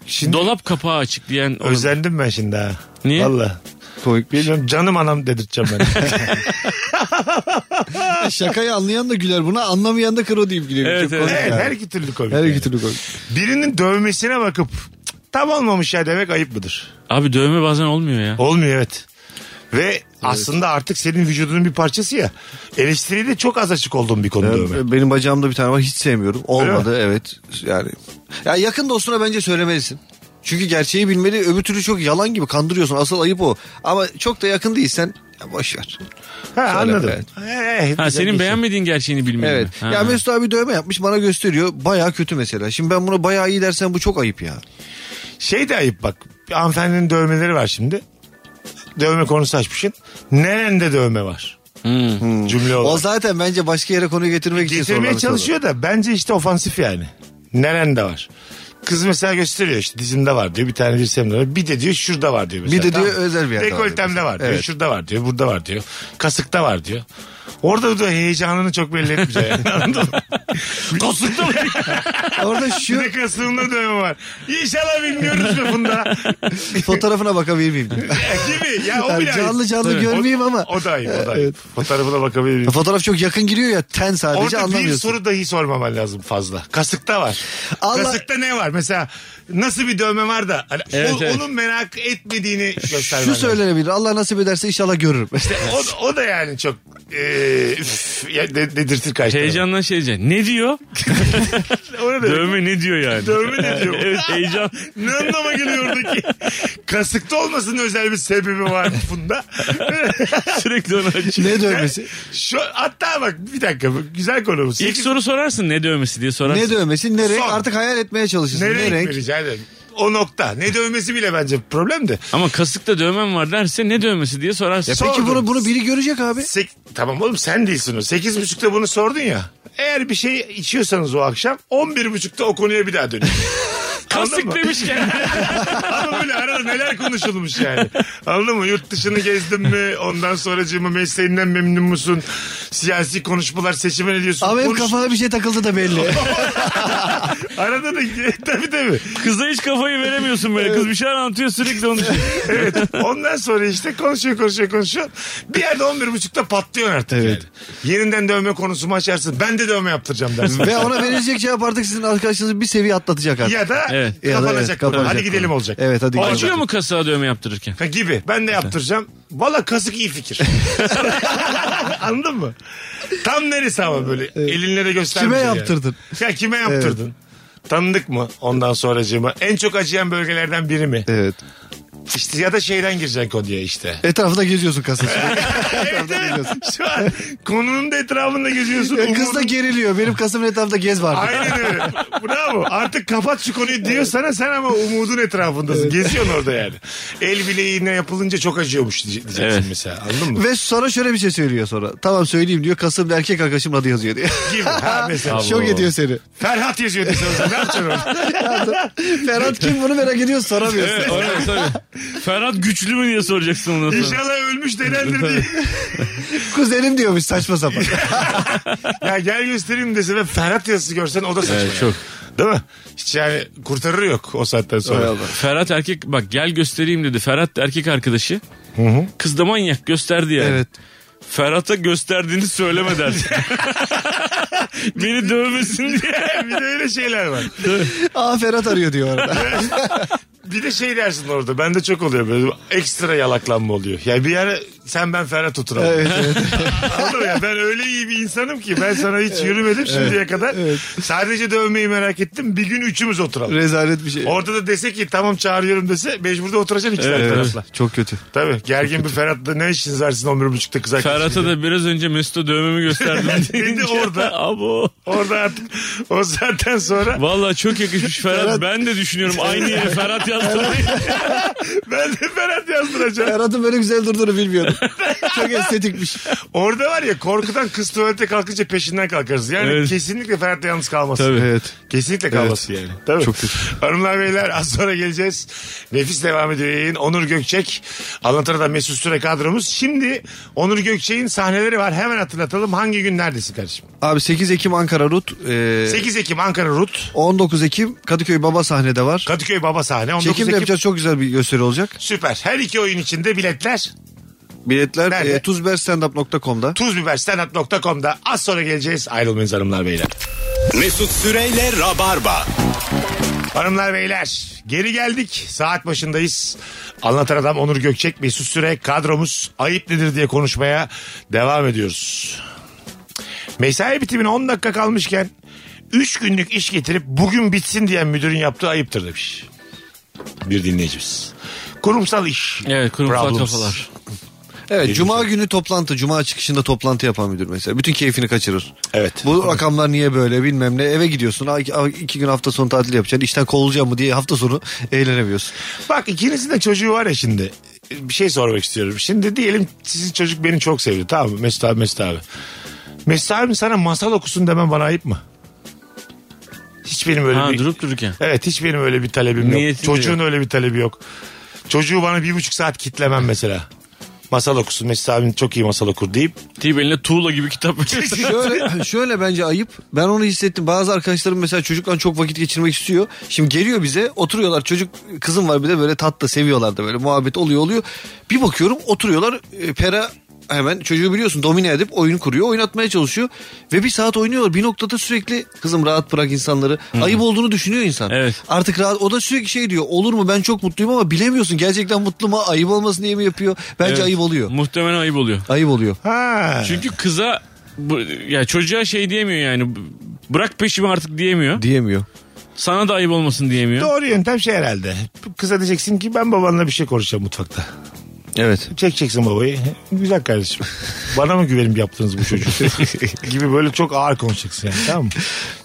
S3: Şimdi
S5: Dolap kapağı açık diyen.
S3: özendim ben şimdi ha.
S5: Niye?
S3: Valla.
S4: Komik bir
S3: Bilmiyorum canım anam dedirteceğim ben.
S4: Şakayı anlayan da güler buna anlamayan da kro deyip gülüyor.
S5: Evet,
S4: çok
S5: evet.
S4: komik
S3: evet,
S4: ya.
S3: her iki türlü komik.
S4: Her
S3: yani.
S4: iki türlü komik.
S3: Birinin dövmesine bakıp "Cık, tam olmamış ya demek ayıp mıdır?
S5: Abi dövme bazen olmuyor ya.
S3: Olmuyor evet. Ve aslında artık senin vücudunun bir parçası ya. Eleştiriye de çok az açık olduğum bir konu dövme.
S4: Ee, Benim bacağımda bir tane var hiç sevmiyorum. Olmadı evet. Yani ya yakın dostuna bence söylemelisin. Çünkü gerçeği bilmeli. Öbür türlü çok yalan gibi kandırıyorsun. Asıl ayıp o. Ama çok da yakın değilsen ya boş ver.
S3: Ha,
S4: Söyle
S3: anladım.
S4: evet.
S3: Ee,
S5: Ha, senin
S3: güzel.
S5: beğenmediğin gerçeğini bilmiyorum.
S4: Evet.
S5: Ha.
S4: Ya Mesut abi dövme yapmış bana gösteriyor. Baya kötü mesela. Şimdi ben buna baya iyi dersen bu çok ayıp ya.
S3: Şey de ayıp bak. Bir Hanımefendinin dövmeleri var şimdi. Dövme konusu açmışsın. Nerende dövme var?
S5: Hmm.
S3: Cümle
S4: O
S3: olarak.
S4: zaten bence başka yere konuyu getirmek için
S3: Getirmeye
S4: sorulan bir soru.
S3: çalışıyor da bence işte ofansif yani. Nerende var? Kız mesela gösteriyor işte dizimde var diyor. Bir tane dirseğimde var. Bir de diyor şurada var diyor. Mesela,
S4: Bir de diyor özel bir yerde var diyor
S3: Dekoltemde
S4: mesela.
S3: var diyor.
S4: Evet.
S3: Şurada var diyor. Burada var diyor. Kasıkta var diyor. Orada da heyecanını çok belli etmeyecek. Yani. Anladın mı? Kasıkta mı?
S4: Orada
S3: Bir
S4: şu
S3: de kasığımda dövme var. İnşallah bilmiyoruz mu bunda?
S4: fotoğrafına bakabilir miyim?
S3: Gibi. Ya o
S4: Yani
S3: bile ayıp.
S4: canlı canlı
S3: Tabii.
S4: görmeyeyim
S3: O-
S4: ama.
S3: O da ayıp. O da ayıp. Fotoğrafına bakabilir miyim?
S4: Fotoğraf çok yakın giriyor ya ten sadece
S3: Orada bir
S4: anlamıyorsun.
S3: soru dahi sormaman lazım fazla. Kasıkta var.
S4: Allah-
S3: Kasıkta ne var? Mesela nasıl bir dövme var da hani
S5: Evet,
S3: o-
S5: evet.
S3: onun merak etmediğini göstermen
S4: Şu
S3: lazım.
S4: söylenebilir. Allah nasip ederse inşallah görürüm.
S3: O, o da yani çok e, üf, ya, de- dedirtir kaç tarafa.
S5: Heyecandan şey diyecek. Ne diyor?
S3: Ona da-
S5: Dövme ne diyor yani?
S3: Dövme ne diyor?
S5: evet heyecan.
S3: Ne anlama geliyor oradaki? Kasıkta olmasının özel bir sebebi var bunda.
S5: Sürekli onu açıyor.
S4: ne dövmesi?
S3: Şu, hatta bak bir dakika bu güzel konu bu.
S5: İlk
S3: Sekiz-
S5: soru sorarsın ne dövmesi diye sorarsın.
S4: Ne dövmesi? Ne renk?
S3: Son.
S4: Artık hayal etmeye çalışırsın.
S3: ne
S4: Ne,
S3: renk,
S4: renk?
S3: mi rica ederim. O nokta. Ne dövmesi bile bence problem de.
S5: Ama kasıkta dövmem var derse ne dövmesi diye sorarsın.
S3: Sor-
S4: Peki
S3: Sordum.
S4: bunu bunu biri görecek abi.
S3: Sek- tamam oğlum sen değilsin o. Sekiz buçukta bunu sordun ya. Eğer bir şey içiyorsanız o akşam on bir buçukta o konuya bir daha dönün. Anladın
S5: Kasık
S3: mı?
S5: demişken.
S3: Ama böyle arada neler konuşulmuş yani. Anladın mı? Yurt dışını gezdin mi? Ondan sonracığımı mesleğinden memnun musun? Siyasi konuşmalar seçime ne diyorsun?
S4: Ama hep
S3: Konuş-
S4: kafana bir şey takıldı da belli.
S3: Arada da tabii tabii.
S5: Kıza hiç kafayı veremiyorsun böyle. Kız bir şeyler anlatıyor sürekli onu şey- düşünüyor.
S3: Evet. Ondan sonra işte konuşuyor konuşuyor konuşuyor. Bir yerde on bir buçukta patlıyor artık
S4: Evet.
S3: yani. Yeniden dövme konusumu açarsın. Ben de dövme yaptıracağım dersin.
S4: Ve ona verilecek cevap artık sizin arkadaşınızı bir seviye atlatacak artık.
S3: ya da
S5: Evet.
S4: Ya da
S3: kapanacak.
S4: evet,
S3: konu.
S4: kapanacak
S3: Hadi gidelim
S4: konu.
S3: olacak.
S4: Evet, hadi gidelim.
S5: Acıyor
S3: Olacak.
S5: mu kasığa dövme yaptırırken?
S3: Ha, gibi. Ben de yaptıracağım. Valla kasık iyi fikir. Anladın mı? Tam neresi ama böyle elinle de göstermeyecek.
S4: Kime
S3: yani.
S4: yaptırdın?
S3: Ya kime yaptırdın? Tanıdık mı ondan sonracığıma? En çok acıyan bölgelerden biri mi?
S4: Evet.
S3: İşte ya da şeyden girecek o diye işte.
S4: Etrafında geziyorsun kasası.
S3: evet, evet. Şu an konunun da etrafında geziyorsun.
S4: Ya Kız da
S3: Umudun-
S4: geriliyor. Benim kasımın etrafında gez vardı.
S3: Aynen öyle. Bravo. Artık kapat şu konuyu diyor sana sen ama umudun etrafındasın. Geziyorsun orada yani. El bileğine yapılınca çok acıyormuş diye- diyeceksin
S5: Evet.
S3: mesela. Anladın mı?
S4: Ve sana şöyle bir şey söylüyor sonra. Tamam söyleyeyim diyor. Kasım erkek arkadaşımın adı yazıyor diyor.
S3: Gibi. Ha, mesela.
S4: Şok ediyor seni.
S3: Ferhat yazıyor dese o zaman ne yapacaksın orada?
S4: Ferhat kim bunu merak ediyor soramıyorsun.
S5: Evet, oraya tabii. Ferhat güçlü mü diye soracaksın ondan sonra.
S3: İnşallah ölmüş denendir diye.
S4: Kuzenim diyormuş saçma sapan.
S3: Ya gel göstereyim dese ve Ferhat yazısı görsen o da saçma.
S5: Evet, çok.
S3: Değil mi? Hiç yani kurtarır yok o saatten sonra.
S5: Ferhat erkek bak gel göstereyim dedi. Ferhat da erkek arkadaşı. Kız da manyak gösterdi yani.
S4: Evet.
S5: Ferhat'a gösterdiğini söyleme derdi. Beni dövmesin diye.
S3: bir de öyle şeyler var.
S4: Aa Ferhat arıyor diyor arada.
S3: Bir de şey dersin orada. Bende çok oluyor böyle ekstra yalaklanma oluyor. Yani bir yere sen ben Ferhat oturalım.
S4: Evet, evet.
S3: Anladın mı? ya? Ben öyle iyi bir insanım ki ben sana hiç yürümedim şimdiye kadar. Sadece dövmeyi merak ettim. Bir gün üçümüz oturalım.
S4: Rezalet bir şey.
S3: Orada da dese ki tamam çağırıyorum dese mecbur da oturacaksın iki saat Ferhat'la.
S4: Çok kötü.
S3: Tabii gergin bir Ferhat'la ne işiniz var sizin 11.30'da kız arkadaşıyla?
S5: Ferhat'a da biraz önce Mesut'a dövmemi gösterdim
S3: Dedi
S5: deyince.
S3: orada.
S5: Abo.
S3: Orada artık o saatten sonra
S5: Valla çok yakışmış Ferhat. Ben de düşünüyorum aynı yere Ferhat yazdı.
S3: ben de Ferhat yazdıracağım.
S4: Ferhat'ın böyle güzel durduğunu bilmiyordum. Çok estetikmiş.
S3: Orada var ya korkudan kız tuvalete kalkınca peşinden kalkarız. Yani
S5: Evet.
S3: kesinlikle Ferhat'la yalnız kalmasın.
S4: Evet.
S3: Kesinlikle kalmasın yani. Tabii.
S4: Çok kötü.
S3: Hanımlar beyler az sonra geleceğiz. Nefis devam ediyor yayın. Onur Gökçek anlatan adam Mesut Süre kadromuz. Şimdi Onur Gökçek'in sahneleri var. Hemen hatırlatalım. Hangi gün neredesin kardeşim?
S4: Abi 8 Ekim Ankara Rut. e,
S3: 8 Ekim Ankara Rut.
S4: 19 Ekim Kadıköy Baba sahnede var.
S3: Kadıköy Baba sahne. 19
S4: Çekim de
S3: Ekim.
S4: yapacağız çok güzel bir gösteri olacak.
S3: Süper. Her iki oyun içinde biletler
S4: Biletler
S3: Nerede?
S4: e, tuzberstandup.com'da.
S3: tuzbiberstanat.com'da. Az sonra geleceğiz. Ayrılmayınız hanımlar beyler.
S2: Mesut Süreyle Rabarba.
S3: Hanımlar beyler geri geldik. Saat başındayız. Anlatan adam Onur Gökçek Mesut Süre kadromuz ayıp nedir diye konuşmaya devam ediyoruz. Mesai bitimine 10 dakika kalmışken 3 günlük iş getirip bugün bitsin diyen müdürün yaptığı ayıptır demiş. Bir dinleyicimiz. Kurumsal iş.
S5: Evet kurumsal
S3: Problems.
S5: kafalar.
S4: Evet cuma günü toplantı cuma çıkışında toplantı yapan müdür mesela bütün keyfini kaçırır.
S3: Evet.
S4: Bu rakamlar niye böyle bilmem ne eve gidiyorsun ay- ay- iki gün hafta sonu tatil yapacaksın işten kovulacağım mı diye hafta sonu eğlenemiyorsun.
S3: Bak ikinizin de çocuğu var ya şimdi. Bir şey sormak istiyorum. Şimdi diyelim sizin çocuk beni çok sevdi tamam mı? Mesut abi Mesut abi. Mesut abim sana masal okusun demem bana ayıp mı? Hiç benim öyle
S5: Ha
S3: bir...
S5: durup dururken.
S3: Evet hiç benim öyle bir talebim yok.
S5: Niyetim
S3: Çocuğun öyle bir talebi yok. Çocuğu bana bir buçuk saat kitlemem mesela. Masal okusun Mesut abim çok iyi masal okur deyip.
S5: Deyip eline tuğla gibi kitap veriyorsun.
S4: Şöyle, hani şöyle bence ayıp ben onu hissettim bazı arkadaşlarım mesela çocukla çok vakit geçirmek istiyor. Şimdi geliyor bize oturuyorlar çocuk kızım var bir de böyle tatlı seviyorlar da böyle muhabbet oluyor oluyor. Bir bakıyorum oturuyorlar e, pera hemen çocuğu biliyorsun domine edip oyunu kuruyor oynatmaya çalışıyor ve bir saat oynuyorlar bir noktada sürekli kızım rahat bırak insanları ayıp olduğunu düşünüyor insan
S5: Evet.
S4: artık rahat o da sürekli şey diyor olur mu ben çok mutluyum ama bilemiyorsun gerçekten mutlu mu ayıp olmasın diye mi yapıyor bence
S5: Evet.
S4: ayıp oluyor
S5: Muhtemelen ayıp oluyor.
S4: ayıp oluyor
S3: Ha.
S5: Çünkü kıza bu- ya çocuğa şey diyemiyor yani. B- Bırak peşimi artık diyemiyor.
S4: diyemiyor
S5: Sana da ayıp olmasın diyemiyor.
S3: Doğru yöntem şey herhalde. Kıza diyeceksin ki ben babanla bir şey konuşacağım mutfakta.
S4: evet
S3: Çekeceksin babayı. Güzel kardeşim. Bana mı güvenip yaptınız bu çocuğu? gibi böyle çok ağır konuşacaksın yani tamam mı?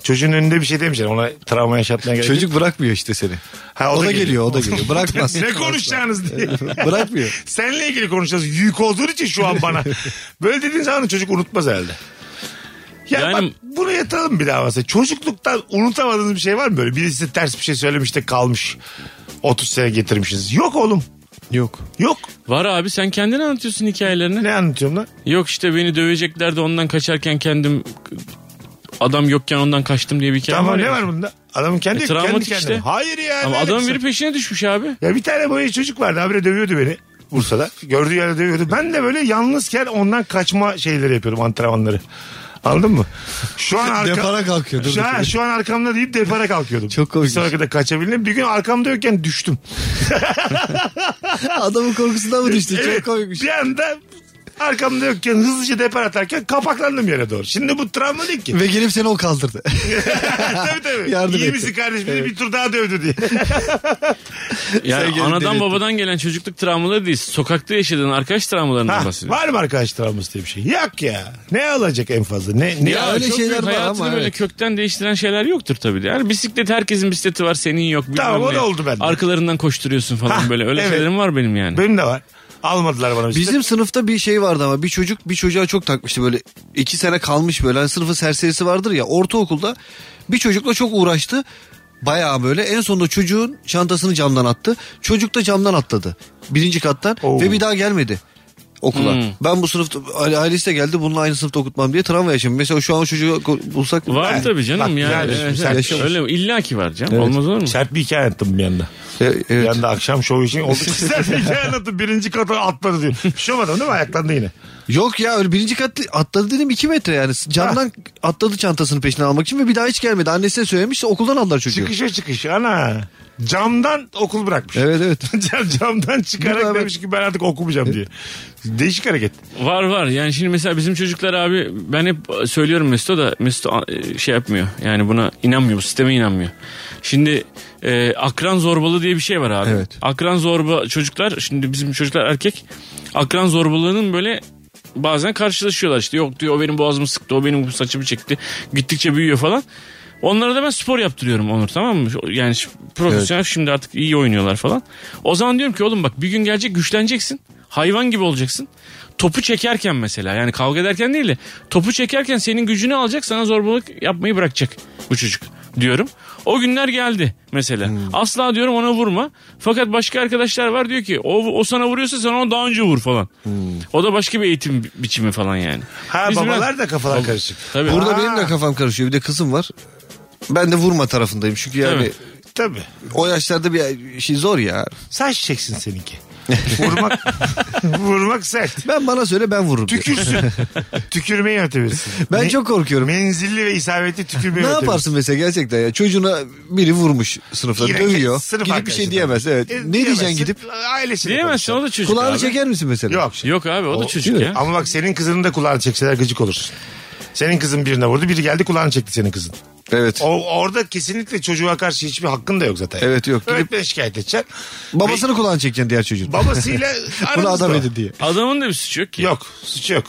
S3: Çocuğun önünde bir şey demeyeceksin. Ona travma yaşatmaya gerek yok.
S4: Çocuk bırakmıyor işte seni.
S3: Ha,
S4: o da geliyor, o da geliyor. Bırakmaz.
S3: ne konuşacağınız diye.
S4: Bırakmıyor.
S3: Seninle ilgili konuşacağız. Yük olduğun için şu an bana. Böyle dediğin zaman da çocuk unutmaz herhalde. Ya
S5: Yani-
S3: bak bunu yatalım bir daha mesela. Çocukluktan unutamadığınız bir şey var mı böyle? Birisi size ters bir şey söylemiş de kalmış. 30 sene getirmişiz. Yok oğlum.
S4: Yok.
S3: Yok.
S5: Var abi sen kendin anlatıyorsun hikayelerini.
S3: Ne anlatıyorum lan?
S5: Yok işte beni döveceklerdi ondan kaçarken kendim adam yokken ondan kaçtım diye bir hikaye
S3: Tamam
S5: var.
S3: ne
S5: ya.
S3: var bunda? Adamın kendi
S5: E,
S3: kendi
S5: travmatik
S3: kendine.
S5: işte.
S3: Hayır ya. ne
S5: Ama adamın
S3: alakası
S5: biri peşine düşmüş abi.
S3: şey. Ya bir tane böyle çocuk vardı habire dövüyordu beni. Bursa'da. Gördüğü yerde dövüyordu. Ben de böyle yalnızken ondan kaçma şeyleri yapıyorum antrenmanları. Anladın mı? Şu an arka...
S4: Depara kalkıyor, dur
S3: Şu, an,
S4: bakayım.
S3: şu an arkamda deyip depara kalkıyordum.
S4: Çok komik.
S3: Bir sonraki de kaçabildim. Bir gün arkamda yokken düştüm.
S4: Adamın korkusundan mı düştü?
S3: Evet,
S4: Çok komikmiş.
S3: Bir anda arkamda yokken hızlıca depar atarken kapaklandım yere doğru. Şimdi bu travma değil ki.
S4: Ve gelip seni o kaldırdı.
S3: tabii tabii.
S4: Yardım
S3: İyi
S4: etti.
S3: misin kardeşim? Beni Bir tur daha dövdü diye.
S5: Yani
S4: Sevgili
S5: anadan
S4: devletim.
S5: babadan gelen çocukluk travmaları değil. Sokakta yaşadığın arkadaş travmalarından
S3: Ha,
S5: bahsediyor.
S3: var mı arkadaş travması diye bir şey? Yok ya. Ne alacak en fazla? Ne, ne
S4: Ya öyle
S5: çok
S4: şeyler
S5: büyük
S4: var
S5: hayatını
S4: ama
S5: böyle
S4: evet.
S5: kökten değiştiren şeyler yoktur tabii. Yani bisiklet herkesin bisikleti var senin yok. bilmem
S3: Tamam, o
S5: ne.
S3: da oldu bende.
S5: Arkalarından koşturuyorsun falan
S3: Ha,
S5: böyle. Öyle
S3: evet.
S5: şeylerim var benim yani.
S3: Benim de var. Almadılar bana. bisiklet.
S4: Bizim sınıfta bir şey vardı ama bir çocuk bir çocuğa çok takmıştı böyle iki sene kalmış böyle hani sınıfın serserisi vardır ya ortaokulda bir çocukla çok uğraştı bayağı böyle en sonunda çocuğun çantasını camdan attı çocuk da camdan atladı birinci kattan
S3: Oo.
S4: ve bir daha gelmedi okula.
S5: Hmm.
S4: Ben bu sınıfta aile- ailesi de geldi bununla aynı sınıfta okutmam diye travma yaşadım. Mesela şu an o çocuğu ko- bulsak
S5: Var tabii canım
S3: bak,
S5: yani.
S3: güzel
S5: Evet,
S3: düşün,
S5: evet.
S4: yaşamış.
S5: Öyle illa ki var canım. Olmaz olur mu?
S3: Sert bir hikaye anlattım bir anda.
S4: E,
S3: Bir
S4: evet.
S3: anda akşam şovu için olduk. Sert bir hikaye anlattım. Birinci kata atladı diyor. Bir şey olmadı değil mi? Ayaklandı yine.
S4: Yok ya öyle birinci kat atladı dedim 2 metre yani. Camdan atladı çantasını peşine almak için ve bir daha hiç gelmedi. Annesine söylemiş okuldan aldılar çocuğu.
S3: Çıkışa çıkış. Ana. Camdan okul bırakmış.
S4: Evet evet.
S3: Cam- Camdan
S4: Bir
S3: çıkarak
S4: daha
S3: demiş ki ben artık okumayacağım diye. Değişik hareket.
S5: Var var. Yani şimdi mesela bizim çocuklar abi ben hep söylüyorum Mesut'a da Mesut e, şey yapmıyor. Yani buna inanmıyor. Bu sisteme inanmıyor. Şimdi e, akran zorbalığı diye bir şey var abi.
S4: Evet.
S5: Akran zorba çocuklar şimdi bizim çocuklar erkek akran zorbalığının böyle bazen karşılaşıyorlar işte yok diyor o benim boğazımı sıktı o benim saçımı çekti gittikçe büyüyor falan. Onlara da ben spor yaptırıyorum Onur tamam mı? Yani şu- profesyonel şimdi artık iyi oynuyorlar falan. O zaman diyorum ki oğlum bak bir gün gelecek güçleneceksin. Hayvan gibi olacaksın. Topu çekerken mesela yani kavga ederken değil de topu çekerken senin gücünü alacak sana zorbalık yapmayı bırakacak bu çocuk diyorum. O günler geldi mesela.
S4: Hmm.
S5: Asla diyorum ona vurma. Fakat başka arkadaşlar var diyor ki o, o sana vuruyorsa sen ona daha önce vur falan.
S4: Hmm.
S5: O da başka bir eğitim bi- biçimi falan yani.
S3: Ha
S5: Biz
S3: babalar
S5: biraz-
S3: da kafalar karışık.
S5: Tabii.
S4: Burada
S3: Aa.
S4: benim de kafam karışıyor. Bir de kızım var. Ben de vurma tarafındayım. Çünkü yani
S5: Tabii.
S3: Tabii.
S4: o yaşlarda bir şey zor ya.
S3: Saç çeksin seninki. Vurmak vurmak sert.
S4: Ben bana söyle ben vururum. diyor.
S3: Tükürsün. Tükürmeyi yönetebilirsin.
S4: Ben
S3: Me-
S4: çok korkuyorum.
S3: Menzilli ve isabetli tükürmeyi
S4: Ne
S3: yönetebilirsin.
S4: yaparsın mesela gerçekten ya? Çocuğuna biri vurmuş sınıfta
S3: Yine
S4: dövüyor.
S3: sınıf
S4: gidip bir
S3: arkadaşından.
S4: şey diyemez. Evet.
S3: E,
S4: ne diyeceksin gidip?
S3: Ailesiyle
S5: Diyemezsin o
S3: konuşacaksın.
S5: da çocuk
S4: Kulağını
S5: abi.
S4: çeker misin mesela?
S3: Yok.
S5: Yok abi o da çocuk ya.
S3: Ama bak senin kızının da kulağını çekseler gıcık olursun. Senin kızın birine vurdu biri geldi kulağını çekti senin kızın.
S4: Evet.
S3: O, orada kesinlikle çocuğa karşı hiçbir hakkın da yok zaten.
S4: Evet, yok. Gidip-
S3: Öğretmene şikayet edeceksin.
S4: Babasını kulağını çekeceksin diğer çocuğun.
S3: Ve babasıyla
S4: Bunu
S3: aranızda.
S4: adam edin diye.
S5: Adamın da bir suçu yok ki.
S3: Yok suç yok.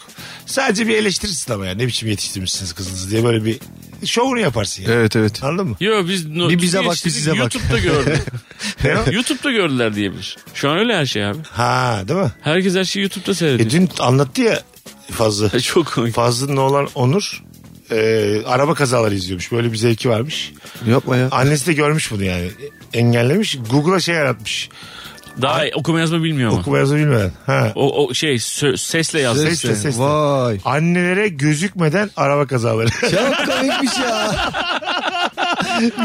S3: Sadece bir eleştirirsin ama yani ne biçim yetiştirmişsiniz kızınızı diye böyle bir şovunu yaparsın yani.
S4: Evet evet.
S3: Anladın mı?
S5: Yo biz no,
S4: Bir bize
S5: biz
S4: bak,
S5: işte
S4: bir size bak.
S5: YouTube'da gördü.
S3: Ne o?
S5: YouTube'da gördüler diyebilir. Şu an öyle her şey abi.
S3: ha değil mi?
S5: Herkes her şeyi YouTube'da
S3: E,
S5: seyrediyor.
S3: dün anlattı ya Fazlı.
S5: Çok komik.
S3: Fazlı'nın olan Onur e, araba kazaları izliyormuş. Böyle bir zevki varmış.
S4: Yapma ya.
S3: Annesi de görmüş bunu yani. Engellemiş. Google'a şey yaratmış.
S5: Daha okuma yazma bilmiyor ama.
S3: Okuma yazı bilmeden. Ha.
S5: O, o şey sö- sesle yazdı.
S3: Sesle, sesle.
S4: Vay.
S3: Annelere gözükmeden araba kazaları.
S4: Çok komikmiş ya.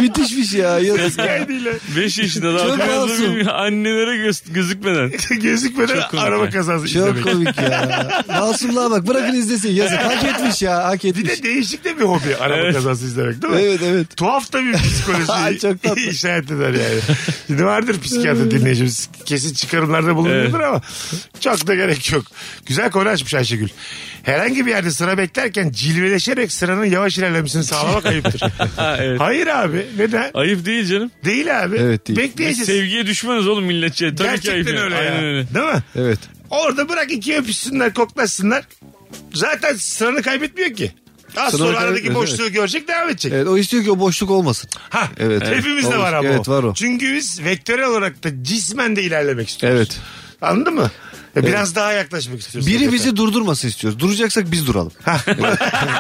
S4: Müthişmiş ya. Yazık ya.
S3: Kendiyle
S5: 5 yaşında daha
S4: Çok
S5: okuma yazma
S4: masum.
S5: bilmiyor. Annelere göz, gözükmeden.
S3: gözükmeden
S5: Çok komik
S3: araba
S5: ya.
S3: kazası
S4: Çok
S3: izlemek.
S4: komik ya. Masumluğa bak bırakın izlesin yazık. Hak etmiş ya hak
S3: Bir
S4: etmiş.
S3: de değişik de bir hobi araba
S5: Evet.
S3: kazası izlemek değil mi?
S4: Evet evet.
S3: Tuhaf da bir
S4: Ay,
S3: psikoloji
S4: çok tatlı.
S3: işaret eder yani. Şimdi vardır psikiyatr dinleyicimiz. Kesin çıkarımlarda bulunuyordur ama çok da gerek yok. Güzel konu açmış Ayşegül. Herhangi bir yerde sıra beklerken cilveleşerek sıranın yavaş ilerlemesini sağlamak ayıptır.
S5: Ha, evet.
S3: Hayır abi. Neden?
S5: Ayıp değil canım.
S3: Değil abi.
S4: Evet, değil.
S5: Biz
S3: Bekleyeceğiz.
S5: sevgiye düşmanız oğlum milletçe. Tabii ki ayıp.
S3: Gerçekten
S5: yani.
S3: öyle ya.
S5: Aynen öyle.
S3: Değil mi?
S4: Evet.
S3: Orada bırak iki öpüşsünler koklaşsınlar. Zaten sıranı kaybetmiyor ki. Az
S4: Sıranı
S3: sonra aradaki
S4: kaybetmez,
S3: boşluğu görecek devam edecek.
S4: Evet o istiyor ki o boşluk olmasın.
S3: Ha,
S4: Evet.
S3: Hepimizde
S4: Evet,
S3: var ama
S4: evet, var o.
S3: Çünkü biz vektörel olarak da cismen de ilerlemek istiyoruz.
S4: Evet.
S3: Anladın mı? Ya Biraz daha yaklaşmak istiyoruz.
S4: Biri
S3: Hakikaten.
S4: bizi durdurmasın istiyoruz. Duracaksak biz duralım. Evet.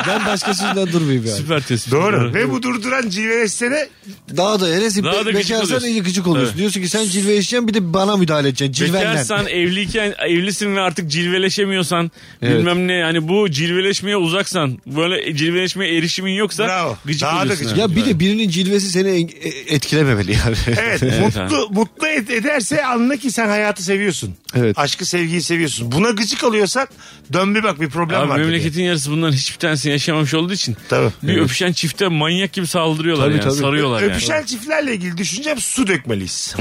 S4: ben başkasından durmayayım yani.
S5: Süper tespit.
S3: Doğru. Ve bu durduran cilveleşsene
S4: Daha da Enes'i
S5: Daha da
S4: be-
S5: gıcık
S4: bekarsan
S5: oluyorsun.
S4: iyice gıcık oluyorsun.
S5: Evet.
S4: Diyorsun ki sen cilve yaşayacaksın bir de bana müdahale edeceksin. Cilvenden.
S5: Bekarsan evliyken evlisin ve artık cilveleşemiyorsan
S4: Evet.
S5: bilmem ne yani bu cilveleşmeye uzaksan böyle cilveleşmeye erişimin yoksa
S3: Bravo.
S5: gıcık
S3: Daha da
S5: oluyorsun
S3: gıcık.
S5: abi.
S4: Ya bir de birinin cilvesi seni en- e- etkilememeli yani.
S3: Evet, mutlu mutlu ed- ederse anla ki sen hayatı seviyorsun.
S4: Evet.
S3: Aşkı sevgiyi seviyorsun. Buna gıcık oluyorsan dön bir bak bir problem
S5: Abi
S3: var.
S5: memleketin
S3: Memleket...
S5: yarısı bunların hiçbir tanesini yaşamamış olduğu için
S3: Tabii.
S5: bir öpüşen çifte manyak gibi saldırıyorlar
S4: Tabii,
S5: yani
S4: tabii.
S5: sarıyorlar yani.
S3: Öpüşen çiftlerle ilgili düşüncem su dökmeliyiz.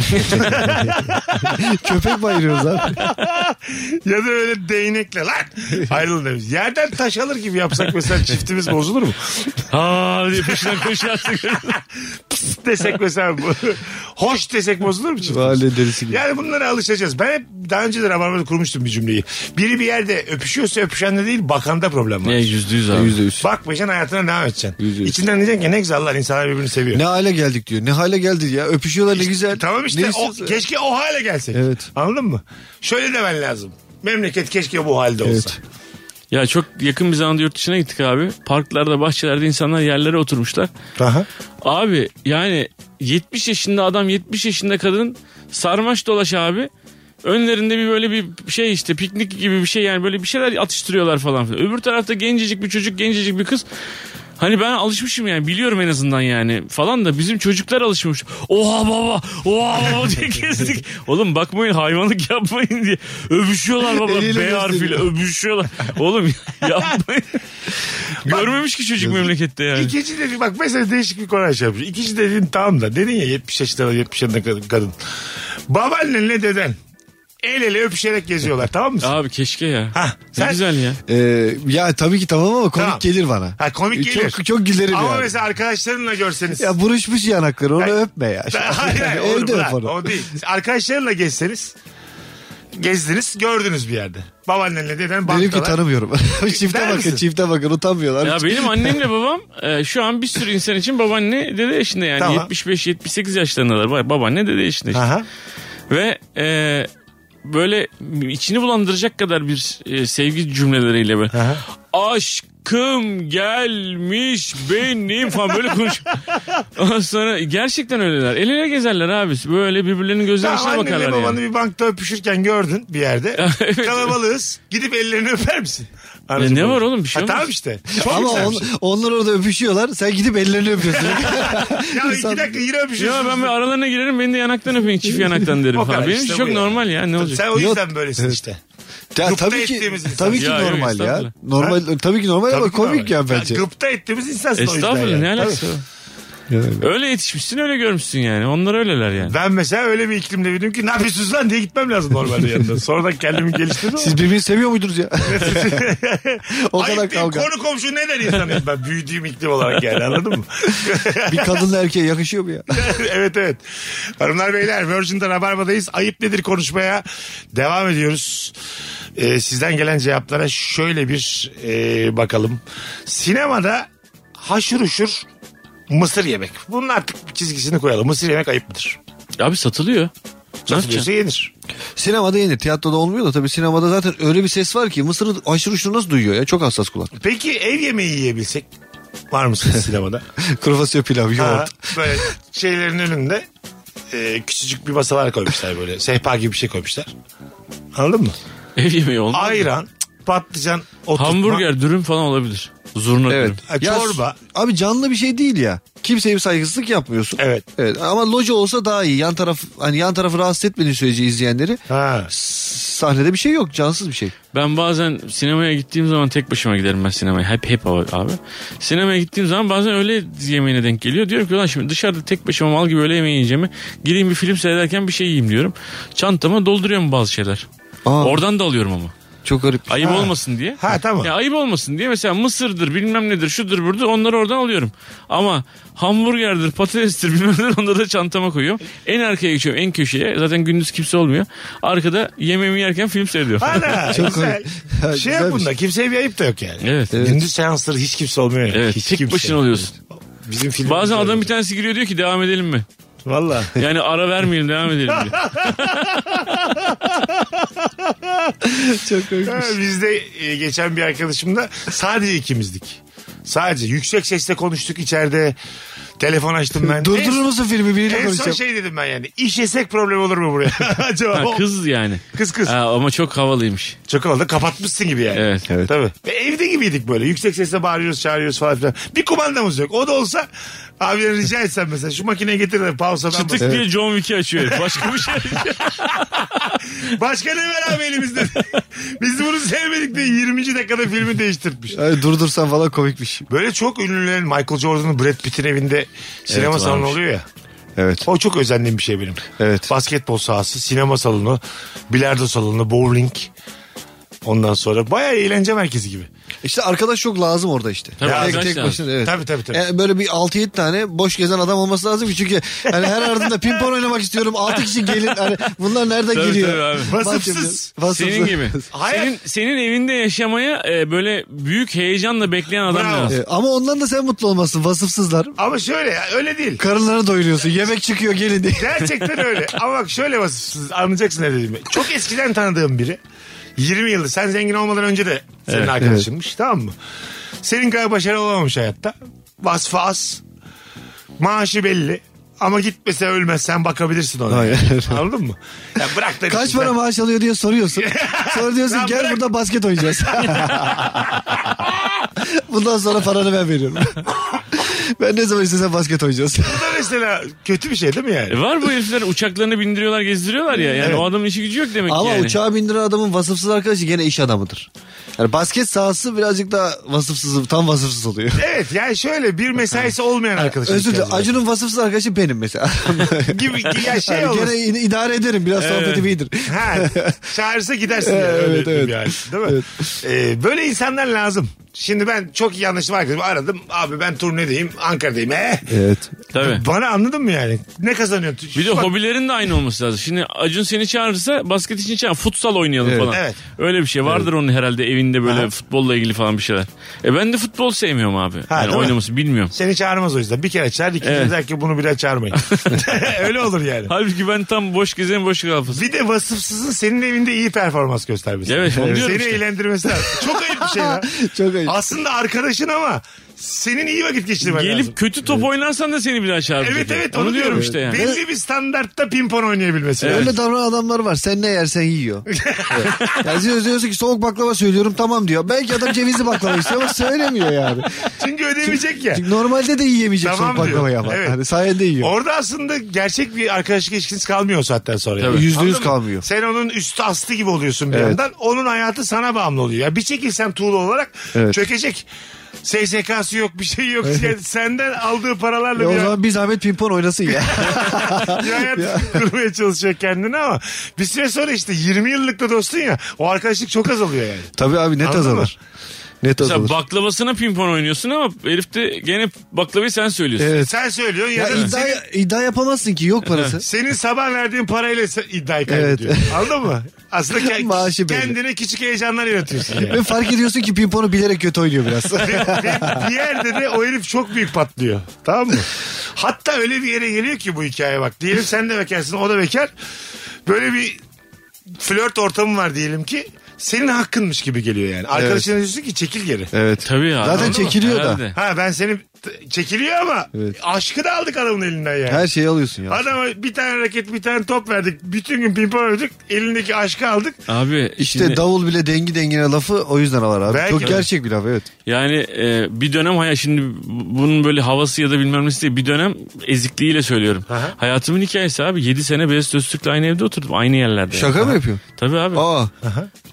S4: Köpek bayırıyoruz abi.
S3: ya da öyle değnekle lan ayrılın demiş. Yerden taş alır gibi yapsak mesela çiftimiz bozulur mu?
S5: Ha diye peşinden koşarsın.
S3: Pıs desek mesela bu. hoş desek bozulur mu çiftimiz?
S4: Mahalle derisi gibi.
S3: Yani bunlara alışacağız. Ben hep daha önce de Rabarba'da kurmuştum bir cümleyi. Biri bir yerde öpüşüyorsa öpüşende değil bakanda problem var.
S5: ya yüzde yüz abi.
S4: Yüzde yüz.
S3: Bakmayacaksın hayatına devam edeceksin.
S4: Yüzde yüz.
S3: İçinden diyeceksin ki ne güzel Allah insanlar birbirini seviyor. E,
S4: Ne hale geldik diyor. Ne hale geldi ya. Öpüşüyorlar ne güzel.
S3: Tamam
S4: Ne
S3: işte o,
S4: istiyorsun?
S3: keşke o hale gelsek.
S4: Evet.
S3: Anladın mı? Şöyle demen lazım. Memleket keşke bu halde olsa.
S4: Evet.
S5: Ya çok yakın bir zamanda yurt dışına gittik abi. Parklarda bahçelerde insanlar yerlere oturmuşlar.
S3: Aha.
S5: Abi yani 70 yaşında adam 70 yaşında kadın sarmaş dolaş abi. Önlerinde bir böyle bir şey işte piknik gibi bir şey yani böyle bir şeyler atıştırıyorlar falan filan. Öbür tarafta gencecik bir çocuk gencecik bir kız. Hani ben alışmışım yani biliyorum en azından yani falan da bizim çocuklar alışmış. Oha baba oha baba diye gezdik. Oğlum bakmayın hayvanlık yapmayın diye. Öpüşüyorlar baba
S4: Eliyle
S5: B harfiyle
S4: gösteriyor.
S5: öpüşüyorlar. Oğlum yapmayın. Görmemiş ki çocuk memlekette yani.
S3: İkinci dedi bak mesela değişik bir konu açalım. İkinci dediğin tamam da dedin ya 70 yaşında 70 yaşında kadın. kadın. Babaannenle deden el ele öpüşerek geziyorlar tamam mı?
S5: Abi keşke ya.
S3: Ha,
S5: ne
S3: sen-
S5: güzel ya.
S4: Ee, ya tabii ki tamam ama komik
S3: Tamam.
S4: gelir bana.
S3: Ha, komik
S5: E,
S4: Ee,
S3: gelir.
S4: Çok, çok gülerim
S3: Ama
S4: yani.
S3: mesela arkadaşlarınla görseniz.
S4: Ya buruşmuş yanakları onu
S3: Ay-
S4: öpme ya.
S3: hayır hayır olur,
S4: Evde öp
S3: bırak,
S4: onu.
S3: o değil. Arkadaşlarınla gezseniz gezdiniz gördünüz bir yerde. Babaannenle deden
S4: Dedim ki
S3: baktılar.
S4: tanımıyorum. çifte
S3: Der
S4: bakın
S3: misin?
S4: çifte bakın utanmıyorlar.
S5: Ya benim annemle babam e, şu an bir sürü insan için babaanne dede yaşında yani
S3: Tamam.
S5: 75-78 yaşlarındalar. Ba- Babaanne dede yaşında işte.
S3: Aha.
S5: Ve e, böyle içini bulandıracak kadar bir e, sevgi cümleleriyle böyle.
S3: Aha.
S5: Aşk Uykum gelmiş benim falan böyle konuş. Ondan sonra gerçekten öyleler. El ele gezerler abi. Böyle birbirlerinin gözlerinin
S3: Tamam
S5: içine
S3: annenle
S5: bakarlar
S3: babanı
S5: yani.
S3: bir bankta öpüşürken gördün bir yerde. Kalabalığız. Gidip ellerini öper misin? Anacığım,
S5: ne var
S3: babacığım.
S5: oğlum? Bir şey
S3: ha,
S5: olmaz.
S3: Tamam işte. Çok
S4: Ama
S3: güzel bir
S4: on,
S3: şey.
S4: onlar orada öpüşüyorlar. Sen gidip ellerini öpüyorsun.
S3: Ya
S4: İnsan-
S3: iki dakika yine öpüşüyorsun.
S5: Ya ben bir aralarına girerim beni de yanaktan öpeyim çift yanaktan derim
S3: O
S5: falan.
S3: kadar
S5: Benim
S3: işte
S5: için
S3: bu
S5: çok
S3: yani.
S5: normal ya ne olacak?
S3: Sen o
S4: Yok.
S3: yüzden böylesin işte.
S4: Ya,
S3: Gıpta
S4: tabii ki
S3: ettiğimiz insan.
S4: tabii ki
S5: Ya, yok,
S4: normal ya.
S5: estağfurullah.
S4: Normal tabii ki normal ama
S3: Tabii ki
S4: komik
S3: normal.
S4: ya bence.
S3: Ya Gıpta ettiğimiz insansın o yüzden.
S5: Estağfurullah
S3: yani.
S5: ne alakası var?
S4: Yani.
S5: Öyle yetişmişsin öyle görmüşsün yani. Onlar öyleler yani.
S3: Ben mesela öyle bir iklimde büyüdüm ki ne yapıyorsunuz lan diye gitmem lazım normalde yanında. Sonradan kendimi geliştirdim.
S4: Siz birbirini seviyor muydunuz ya? o
S3: Ayıp
S4: kadar
S3: değil,
S4: kavga.
S3: Konu komşu ne der insanıyım ben büyüdüğüm iklim olarak yani anladın mı?
S4: Bir kadınla erkeğe yakışıyor mu ya?
S3: evet evet. Hanımlar beyler Virgin'de Rabarba'dayız. Ayıp nedir konuşmaya devam ediyoruz. Ee, sizden gelen cevaplara şöyle bir e, bakalım. Sinemada haşır uşur mısır yemek. Bunun artık çizgisini koyalım. Mısır yemek ayıp mıdır?
S5: Abi satılıyor. Ne
S3: Satılıyorsa
S5: yapacaksın?
S3: yenir.
S4: Sinemada yenir. Tiyatroda olmuyor da tabii sinemada zaten öyle bir ses var ki Mısır'ı aşırı uçlu nasıl duyuyor ya? Çok hassas kulak.
S3: Peki ev yemeği yiyebilsek var mısınız sinemada?
S4: Kırfasyon
S3: Ha,
S4: pilav, yoğurt.
S3: böyle şeylerin önünde e, küçücük bir masalar koymuşlar böyle. Sehpa gibi bir şey koymuşlar. Anladın mı?
S5: Ev yemeği olmaz.
S3: Ayran, patlıcan, oturtma.
S5: Hamburger, dürüm falan olabilir. Zurna
S4: Evet.
S5: dürüm.
S3: Ha, çorba.
S4: Abi canlı bir şey değil ya. Kimseye bir saygısızlık yapmıyorsun.
S3: Evet.
S4: Evet ama loca olsa daha iyi. Yan taraf hani yan tarafı rahatsız etmediği sürece izleyenleri
S3: Ha.
S4: s- sahnede bir şey yok. Cansız bir şey.
S5: Ben bazen sinemaya gittiğim zaman tek başıma giderim ben sinemaya. Hep hep abi. abi. Sinemaya gittiğim zaman bazen öğle yemeğine denk geliyor. Diyorum ki lan şimdi dışarıda tek başıma mal gibi öğle yemeği yiyeceğimi. Gireyim bir film seyrederken bir şey yiyeyim diyorum. Çantama dolduruyorum bazı şeyler.
S4: Aa.
S5: Oradan da alıyorum ama.
S4: Çok garip.
S5: Ayıp olmasın diye.
S3: Ha, tamam.
S5: Ya ayıp olmasın diye mesela mısırdır bilmem nedir şudur burada onları oradan alıyorum. Ama hamburgerdir patatestir bilmem nedir onları da çantama koyuyorum. En arkaya geçiyorum en köşeye zaten gündüz kimse olmuyor. Arkada yemeğimi yerken film seyrediyorum.
S3: Ana
S4: Çok
S3: güzel.
S4: komik. Ha,
S3: şey
S4: güzelmiş.
S3: yap bunda kimseye bir ayıp da yok yani.
S5: Evet.
S3: Gündüz seansları hiç kimse olmuyor. yani.
S5: Evet
S3: hiç
S5: tek
S3: kimse.
S5: başına oluyorsun.
S3: Bizim film
S5: Bazen adam bir tanesi giriyor diyor ki devam edelim mi?
S3: Valla.
S5: Yani ara vermeyelim devam edelim diyor.
S4: Çok garip.
S3: Bizde e, geçen bir arkadaşımla sadece ikimizdik. Sadece yüksek sesle konuştuk içeride. Telefon açtım ben.
S4: Durdurur musun filmi? Biriyle
S3: En son
S4: konuşacağım.
S3: şey dedim ben yani. İş yesek problem olur mu buraya? Acaba
S5: Ha,
S3: o-
S5: kız yani.
S3: Kız kız.
S5: Ha, ama çok havalıymış.
S3: Çok havalı kapatmışsın gibi yani.
S5: Evet.
S4: Evet.
S3: Tabii. Ve evde gibiydik böyle. Yüksek sesle bağırıyoruz çağırıyoruz falan filan. Bir kumandamız yok. O da olsa abiler rica etsem mesela şu makineyi getir de pausa ben
S5: Tık
S3: basayım.
S5: diye John Wick'i açıyor. herif. Başka bir şey.
S3: Başka ne var abi elimizde? Biz bunu sevmedik de 20. dakikada filmi değiştirmiş.
S4: Ay, durdursan falan komikmiş.
S3: Böyle çok ünlülerin Michael Jordan'ın Brad Pitt'in evinde sinema
S5: Evet,
S3: salonu
S5: varmış.
S3: oluyor ya.
S4: Evet.
S3: O çok özendiğim bir şey benim.
S4: Evet.
S3: Basketbol sahası, sinema salonu, bilardo salonu, bowling. Ondan sonra bayağı eğlence merkezi gibi.
S4: İşte arkadaş çok lazım orada işte.
S5: Tabii,
S4: tek,
S5: arkadaş
S4: tek
S5: lazım.
S4: başına evet.
S3: Tabii, tabii, tabii.
S4: Yani böyle bir 6-7 tane boş gezen adam olması lazım ki çünkü hani her ardında pimpon oynamak istiyorum. 6 kişi gelin. Hani bunlar nereden
S5: Tabii,
S4: geliyor?
S5: tabii abi.
S4: Maç
S3: Vasıfsız.
S4: yapıyoruz. Vasıfsız.
S5: Senin gibi.
S3: Hayat-
S5: Senin, senin evinde yaşamaya e, böyle büyük heyecanla bekleyen adam
S3: Bravo.
S5: lazım.
S4: Evet, E, Ama ondan da sen mutlu olmasın. Vasıfsızlar.
S3: Ama şöyle ya öyle değil.
S4: Karınları doyuruyorsun. Yemek çıkıyor gelin diye.
S3: Gerçekten öyle. Ama bak şöyle vasıfsız anlayacaksın ne dediğimi. Çok eskiden tanıdığım biri. 20 yıldır sen zengin olmadan önce de senin arkadaşınmış tamam mı? Senin kadar başarılı olamamış hayatta. Vasfı az. Maaşı belli. Ama gitmese ölmez sen bakabilirsin ona.
S4: Hayır.
S3: Anladın mı? Ya bırak da
S4: Kaç
S3: gitsin.
S4: para maaş alıyor diye soruyorsun. Sonra diyorsun
S3: Lan
S4: gel
S3: bırak."
S4: burada basket oynayacağız. Bundan sonra paranı ben veriyorum. ben ne zaman istesem basket oynayacağız.
S3: Bu da mesela kötü bir şey değil mi yani?
S5: E, var bu herifler uçaklarını bindiriyorlar gezdiriyorlar ya. Yani o adamın işi gücü yok demek ki
S4: Ama
S5: yani.
S4: uçağa bindiren adamın vasıfsız arkadaşı gene iş adamıdır. Yani basket sahası birazcık daha vasıfsız, tam vasıfsız oluyor.
S3: Evet yani şöyle bir mesaisi olmayan arkadaşın.
S4: Özür dilerim.
S3: ihtiyacı var.
S4: Acun'un vasıfsız arkadaşı benim mesela.
S3: Gibi ya şey
S4: yani
S3: olur.
S4: gene in- idare ederim. Biraz sohbetim iyidir.
S3: Ha, çağırsa gidersin yani.
S4: Evet,
S3: Öyle
S4: evet.
S3: yani. Değil mi? Ee, böyle insanlar lazım. Şimdi ben çok iyi anlaştım arkadaşım. Aradım. Abi ben turnedeyim. Ankara'dayım. Eh.
S4: Evet.
S5: Tabii.
S3: Bana anladın mı yani? Ne kazanıyorsun?
S5: Bir de
S3: Bak,
S5: hobilerin de aynı olması lazım. Şimdi Acun seni çağırırsa basket için çağır. Futsal oynayalım falan.
S3: Evet.
S5: Öyle bir şey vardır onun herhalde evinde böyle
S3: Aha.
S5: futbolla ilgili falan bir şeyler. E ben de futbol sevmiyorum abi.
S3: Ha,
S5: yani
S3: değil mi?
S5: oynaması bilmiyorum.
S3: Seni çağırmaz o yüzden. Bir kere çağır. ikinci
S5: Evet.
S3: der ki bunu bir daha çağırmayın. Öyle olur yani.
S5: Halbuki ben tam boş gezen boş kafası.
S3: Bir de vasıfsızın senin evinde iyi performans göstermesi.
S5: Evet, onu diyorum
S3: Seni
S5: işte.
S3: eğlendirmesi lazım. Çok ayıp bir şey ya.
S4: Çok kavgayı.
S3: Aslında arkadaşın ama senin iyi vakit geçirmen
S5: Gelip
S3: lazım.
S5: kötü top oynarsan da seni bir daha çağırır.
S3: Evet evet onu, diyorum işte
S5: yani.
S3: Belli bir standartta pimpon oynayabilmesi. lazım.
S4: Öyle davranan adamlar var. Sen ne yersen yiyor. Evet. Yani siz diyorsun ki soğuk baklava söylüyorum tamam diyor. Belki adam cevizli baklava istiyor ama söylemiyor yani.
S3: Çünkü ödemeyecek ya.
S4: Çünkü normalde de yiyemeyecek
S3: Tamam
S4: soğuk
S3: diyor.
S4: baklavayı ama.
S3: Evet.
S4: Hani sayende yiyor.
S3: Orada aslında gerçek bir arkadaşlık ilişkiniz kalmıyor o saatten sonra.
S5: Tabii.
S4: Yüzde yüz
S3: Anladın mı?
S4: kalmıyor.
S3: Sen onun üstü astı gibi oluyorsun bir
S4: Evet.
S3: yandan. Onun hayatı sana bağımlı oluyor. Ya bir çekilsen tuğla olarak
S4: Evet.
S3: çökecek. SSK'sı yok bir şey yok. Yani senden aldığı paralarla
S4: Ya
S3: bir,
S4: E o zaman bir zahmet pimpon oynasın ya.
S3: bir hayat kurmaya çalışıyor kendini ama bir süre sonra işte 20 yıllık da dostun ya o arkadaşlık çok azalıyor yani.
S4: Tabii abi net
S3: Anladın mı?
S4: azalır. Net
S5: Mesela
S4: azalır.
S5: baklavasına pimpon oynuyorsun ama herif de gene baklavayı sen söylüyorsun.
S4: Evet.
S3: Sen söylüyorsun ya,
S4: Ya
S3: da
S4: iddia,
S3: senin,
S4: iddia yapamazsın ki yok parası.
S3: senin sabah verdiğin parayla se- iddiayı kaybediyorsun. Anladın mı? Aslında ke-
S4: Maaşı belli.
S3: kendine küçük heyecanlar yaratıyorsun yani.
S4: Ve fark ediyorsun ki pimponu bilerek kötü oynuyor biraz.
S3: ve, ve bir yerde de o herif çok büyük patlıyor. Tamam mı? Hatta öyle bir yere geliyor ki bu hikaye bak. Diyelim sen de bekarsın o da bekar. Böyle bir flört ortamı var diyelim ki. Senin hakkınmış gibi geliyor yani. Arkadaşına diyorsun ki çekil geri.
S4: evet.
S5: Tabii ya.
S4: Zaten
S5: anladın mı?
S4: çekiliyor da.
S5: Herhalde.
S3: Ha ben seni t- çekiliyor ama
S4: Evet.
S3: aşkı da aldık adamın elinden yani.
S4: Her şey. şeyi alıyorsun ya.
S3: Adama bir tane raket bir tane top verdik. Bütün gün pimpon oynadık. Elindeki aşkı aldık.
S5: Abi
S4: İşte
S5: şimdi-
S4: davul bile dengi dengine lafı o yüzden var abi.
S3: Belki
S4: Çok
S3: de.
S4: gerçek bir laf evet.
S5: Yani e, bir dönem hayal şimdi bu- bunun böyle havası ya da bilmem nesi değil bir dönem ezikliğiyle söylüyorum. Hayatımın hikayesi abi 7 sene Beyaz Öztürk'le aynı evde oturdum aynı yerlerde. yani.
S4: Şaka mı yapıyorsun?
S5: Tabii abi.
S4: Aa.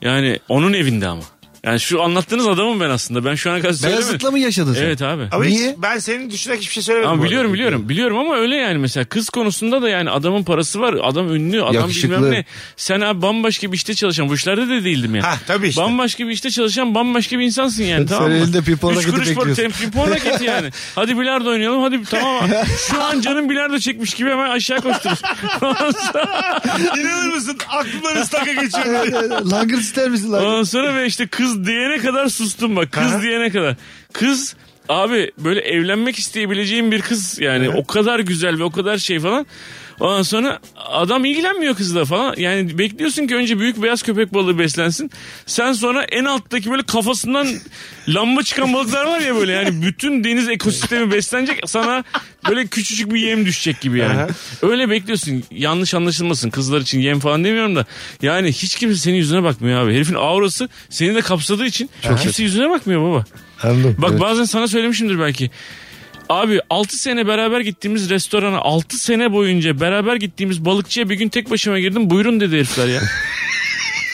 S5: Yani onun evinde ama. Yani şu anlattığınız adamım ben aslında. Ben şu ana kadar söylemedim.
S4: Beyazıt'la mı yaşadın sen?
S5: Evet abi.
S3: Ama
S4: Niye?
S3: hiç- ben senin düşünerek hiçbir şey söylemedim.
S5: Ama
S3: bu
S5: biliyorum
S3: arada.
S5: biliyorum. Biliyorum ama öyle yani mesela kız konusunda da yani adamın parası var. Adam ünlü, adam
S4: Yakışıklı.
S5: bilmem ne. Sen abi bambaşka bir işte çalışan. Bu işlerde de değildim yani.
S3: Ha, tabii işte.
S5: Bambaşka bir işte çalışan bambaşka bir insansın yani tamam mı?
S4: elinde pimpon
S5: Üç
S4: raketi
S5: kuruş para-
S4: bekliyorsun.
S5: tem- pimpon raketi yani. Hadi bilardo oynayalım hadi tamam. Şu an canım bilardo çekmiş gibi hemen aşağı koşturur. Ondan sonra-
S3: İnanır mısın? Aklımdan ıslaka geçiyor.
S4: Evet, evet. Langırt ister misin langırt?
S5: Ondan sonra ben işte kız diyene kadar sustum bak. Kız diyene kadar. Kız abi böyle evlenmek isteyebileceğim bir kız yani o kadar güzel ve o kadar şey falan. Ondan sonra adam ilgilenmiyor kızla falan. Yani bekliyorsun ki önce büyük beyaz köpek balığı beslensin. Sen sonra en alttaki böyle kafasından lamba çıkan balıklar var ya böyle yani bütün deniz ekosistemi beslenecek sana böyle küçücük bir yem düşecek gibi yani. Öyle bekliyorsun. Yanlış anlaşılmasın. Kızlar için yem falan demiyorum da. Yani hiç kimse senin yüzüne bakmıyor abi. Herifin aurası seni de kapsadığı için kimse yüzüne bakmıyor baba.
S3: Anladım.
S5: Bak bazen sana söylemişimdir belki. Abi 6 sene beraber gittiğimiz restorana 6 sene boyunca beraber gittiğimiz balıkçıya bir gün tek başıma girdim. Buyurun dedi herifler ya.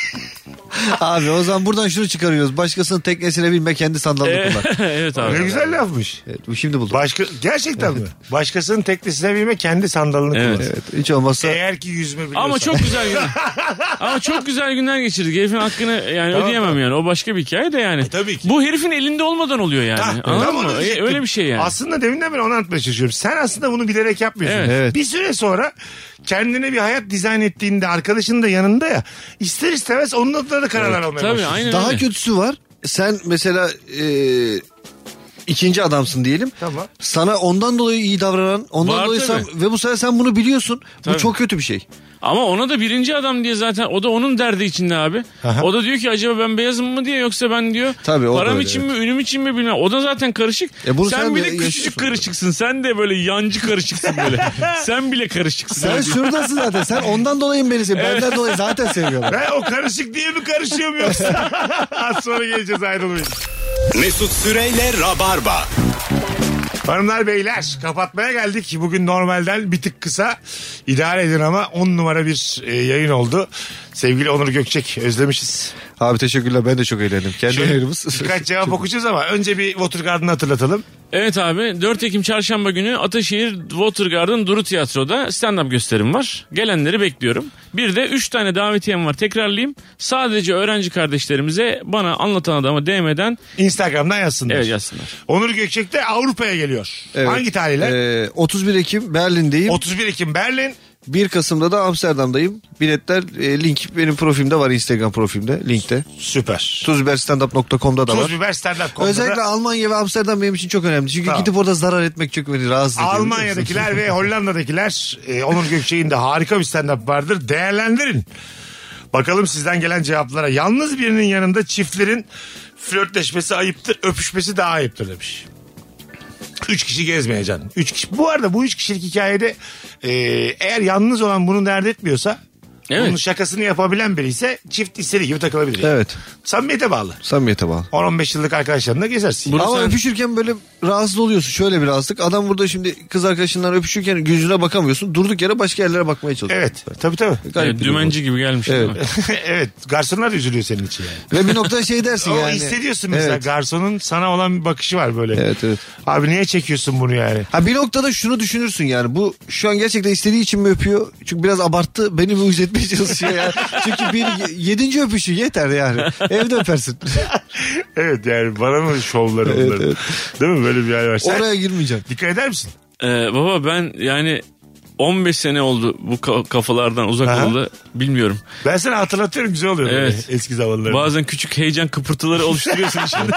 S4: Abi o zaman buradan şunu çıkarıyoruz. Başkasının teknesine binme kendi
S5: Ee?
S4: sandalını kullan.
S5: evet abi.
S3: Ne güzel lafmış.
S4: Evet, bu şimdi buldum.
S3: Başka gerçekten mi? Başkasının teknesine binme kendi sandalını
S5: Evet.
S3: kullan.
S4: Evet, hiç
S5: Ee?
S4: olmazsa
S3: Eğer ki yüzme biliyorsan.
S5: Ama çok güzel günler. Ama çok güzel günler geçirdik. Herifin hakkını yani ödeyemem yani. O başka bir hikaye de
S4: E,
S5: yani.
S3: tabii ki.
S5: Bu herifin elinde olmadan oluyor yani.
S3: Ha,
S5: Anladın
S3: tam onu
S5: mı? E,
S3: diyecektim.
S5: Öyle bir şey yani.
S3: Aslında deminden beri onu anlatmaya çalışıyorum. Sen aslında bunu bilerek yapmıyorsun.
S5: Evet.
S4: Evet.
S3: Bir süre sonra kendine bir hayat dizayn ettiğinde arkadaşın da yanında ya ister istemez onun adına da kararlar almaya
S5: tabii
S3: başlıyorsun.
S5: aynen
S4: Daha
S5: öyle.
S4: kötüsü var. Sen mesela e, ikinci adamsın diyelim.
S3: Tamam.
S4: Sana ondan dolayı iyi davranan, ondan
S5: Var
S4: dolayı sen-
S5: tabii.
S4: ve bu sefer sen bunu biliyorsun.
S5: Tabii.
S4: Bu çok kötü bir şey.
S5: Ama ona da birinci adam diye zaten o da onun derdi içinde abi. O da diyor ki acaba ben beyazım mı diye yoksa ben diyor
S4: Tabii, o da
S5: param
S4: öyle,
S5: için mi ünüm için mi bilmem. O da zaten karışık.
S4: E bunu
S5: sen,
S4: sen
S5: bile
S4: de
S5: küçücük
S4: yaşıyorsun.
S5: karışıksın. Sen de böyle yancı karışıksın böyle. sen bile karışıksın.
S4: Sen
S5: Öyle
S4: şuradasın zaten. Sen ondan dolayı mı beni seviyorsun? Benden dolayı zaten seviyorlar.
S3: Ben o karışık diye mi karışıyorum yoksa? Az sonra geleceğiz ayrılmayın.
S2: Mesut Süreyle Rabarba.
S3: Hanımlar beyler kapatmaya geldik. Bugün normalden bir tık kısa idare edin ama 10 numara bir e, yayın oldu. Sevgili Onur Gökçek özlemişiz.
S4: Abi teşekkürler. Ben de çok eğlendim. Kendi
S3: Şöyle
S4: ayrımız.
S3: Birkaç cevap okuyacağız ama önce bir Watergarden'ı hatırlatalım.
S5: Evet abi 4 Ekim çarşamba günü Ataşehir Watergarden Duru Tiyatro'da stand-up gösterim var. Gelenleri bekliyorum. Bir de 3 tane davetiyem var tekrarlayayım. Sadece öğrenci kardeşlerimize bana anlatan adama DM'den
S3: Instagram'dan yazsınlar.
S5: evet yazsınlar.
S3: Onur Gökçek de Avrupa'ya geliyor.
S4: Evet.
S3: Hangi tarihler?
S4: Ee, 31 Ekim Berlin'deyim.
S3: 31 Ekim Berlin.
S4: 1 Kasım'da da Amsterdam'dayım. Biletler e, link benim profilimde var. Instagram profilimde. Linkte.
S3: Süper.
S4: Tuzbiberstandup.com'da da var.
S3: Tuz biber stand-up konuda.
S4: Özellikle Almanya ve Amsterdam benim için çok önemli. Çünkü
S3: Tamam.
S4: gidip orada zarar etmek çok beni rahatsız ediyor.
S3: Almanya'dakiler ve Hollanda'dakiler e, Onur Gökçek'in de harika bir stand-up vardır. Değerlendirin. Bakalım sizden gelen cevaplara. Yalnız birinin yanında çiftlerin flörtleşmesi ayıptır, öpüşmesi daha ayıptır demiş. Üç kişi gezmeyeceksin. Üç kişi. Bu arada bu üç kişilik hikayede e, eğer yalnız olan bunu dert etmiyorsa
S5: Evet.
S3: bunun şakasını yapabilen biri ise çift istediği gibi takılabilir. yani.
S4: Evet.
S3: Samimiyete bağlı.
S4: Samimiyete bağlı.
S3: 10-15 yıllık arkadaşlarınla gezersin.
S5: Bunu
S4: Ama şey
S5: sen-
S4: öpüşürken böyle rahatsız oluyorsun. Şöyle bir rahatsızlık. Adam burada şimdi kız arkadaşından öpüşürken yüzüne bakamıyorsun. Durduk yere başka yerlere bakmaya çalışıyor.
S3: Evet. Tabii tabii.
S4: Garip bir durum.
S5: dümenci gibi gelmiş.
S4: Evet.
S5: değil mi?
S3: evet. Garsonlar da üzülüyor senin için yani.
S4: Ve bir noktada şey dersin
S3: Ama
S4: yani.
S3: hissediyorsun mesela
S4: Evet.
S3: garsonun sana olan bir bakışı var böyle.
S4: Evet, evet.
S3: Abi niye çekiyorsun bunu yani?
S4: Ha bir noktada şunu düşünürsün yani bu şu an gerçekten istediği için mi öpüyor? Çünkü biraz abarttı beni mi uyuz etmeye çalışıyor ya. Çünkü bir yedinci öpüşü yeter yani. Evde öpersin.
S3: Evet yani bana mı şovları bunların? Değil mi böyle bir yer var. Sen
S4: Oraya girmeyeceğim.
S3: dikkat eder misin?
S5: Ee, baba ben yani 15 sene oldu bu ka- kafalardan uzak
S3: Aha.
S5: oldu. Bilmiyorum.
S3: Ben sana hatırlatıyorum güzel oluyor böyle
S5: Evet.
S3: eski zamanları.
S5: Bazen küçük heyecan kıpırtıları oluşturuyorsun şimdi.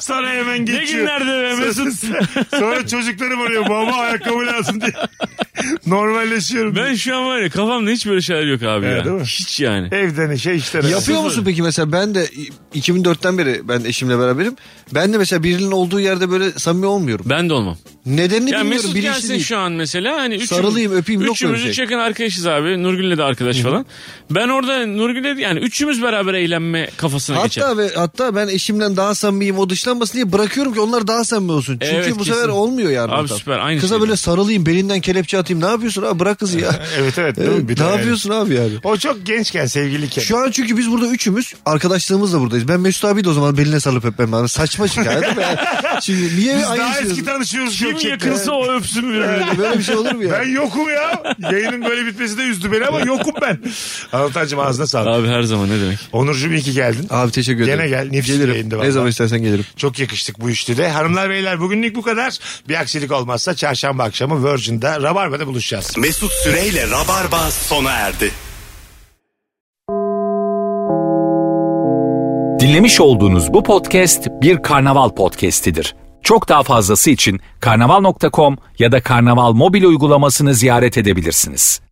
S3: Sonra hemen geçiyor.
S5: günlerde be Mesut?
S3: Sonra- Sonra çocuklarım arıyor baba ayakkabı lazım diye. Normalleşiyorum.
S5: ben şu an var ya kafamda hiç böyle şeyler yok abi
S3: Evet, değil
S5: ya.
S3: mi?
S5: Hiç yani.
S3: Evden işe işten. eve.
S4: Yapıyor musun peki mesela ben de 2004'ten beri ben eşimle beraberim. Ben de mesela birinin olduğu yerde böyle samimi olmuyorum.
S5: Ben de olmam.
S4: Nedenini
S5: Ya
S4: bilmiyorum.
S5: Mesut
S4: bilinçli
S5: gelsin
S4: değil.
S5: şu an mesela. Hani üçümüz,
S4: Sarılayım, öpeyim, yok
S5: Üçümüz
S4: böyle
S5: üç
S4: şey.
S5: yakın arkadaşız abi. Nurgül'le de arkadaş falan. Ben orada Nurgül'le yani üçümüz beraber eğlenme kafasına geçer.
S4: Hatta ve hatta ben eşimden daha samimiyim o dışlanmasın diye bırakıyorum ki onlar daha samimi olsun. Çünkü
S5: Evet,
S4: bu
S5: kesin.
S4: sefer olmuyor yani.
S5: Abi
S4: ortam.
S5: süper, aynı
S4: Kıza
S5: şey.
S4: böyle sarılayım belinden kelepçe atayım ne yapıyorsun abi bırak kızı ya.
S3: Evet evet. değil mi? Bir de
S4: ne
S3: yani.
S4: yapıyorsun abi yani?
S3: O çok gençken sevgiliyken.
S4: Şu an çünkü biz burada üçümüz arkadaşlığımızla buradayız. Ben Mesut abi de o zaman beline sarılıp öpmem lazım. Saçma hikaye değil mi? Yani Şimdi niye
S3: Biz
S4: aynı
S3: daha
S4: şey-
S3: eski tanışıyoruz.
S5: Kim
S3: gerçekten.
S5: yakınsa o öpsün birbirini.
S4: Yani Böyle bir şey olur mu ya?
S3: Ben yokum ya. Yayının böyle bitmesi de üzdü beni ama yokum ben. Anlatancım ağzına sağlık.
S5: abi her zaman ne demek.
S3: Onurcuğum iyi ki geldin.
S4: Abi teşekkür
S3: Gene
S4: ederim.
S3: gel, nefis bir yayındı
S4: Gelirim.
S3: vallahi.
S4: Ne zaman istersen gelirim.
S3: Çok yakıştık bu üçlü de. Hanımlar beyler bugünlük bu kadar. Bir aksilik olmazsa çarşamba akşamı Virgin'de Rabarba'da buluşacağız.
S2: Mesut Süreyle Rabarba sona erdi.
S1: Dinlemiş olduğunuz bu podcast bir karnaval podcastidir. Çok daha fazlası için karnaval.com ya da karnaval mobil uygulamasını ziyaret edebilirsiniz.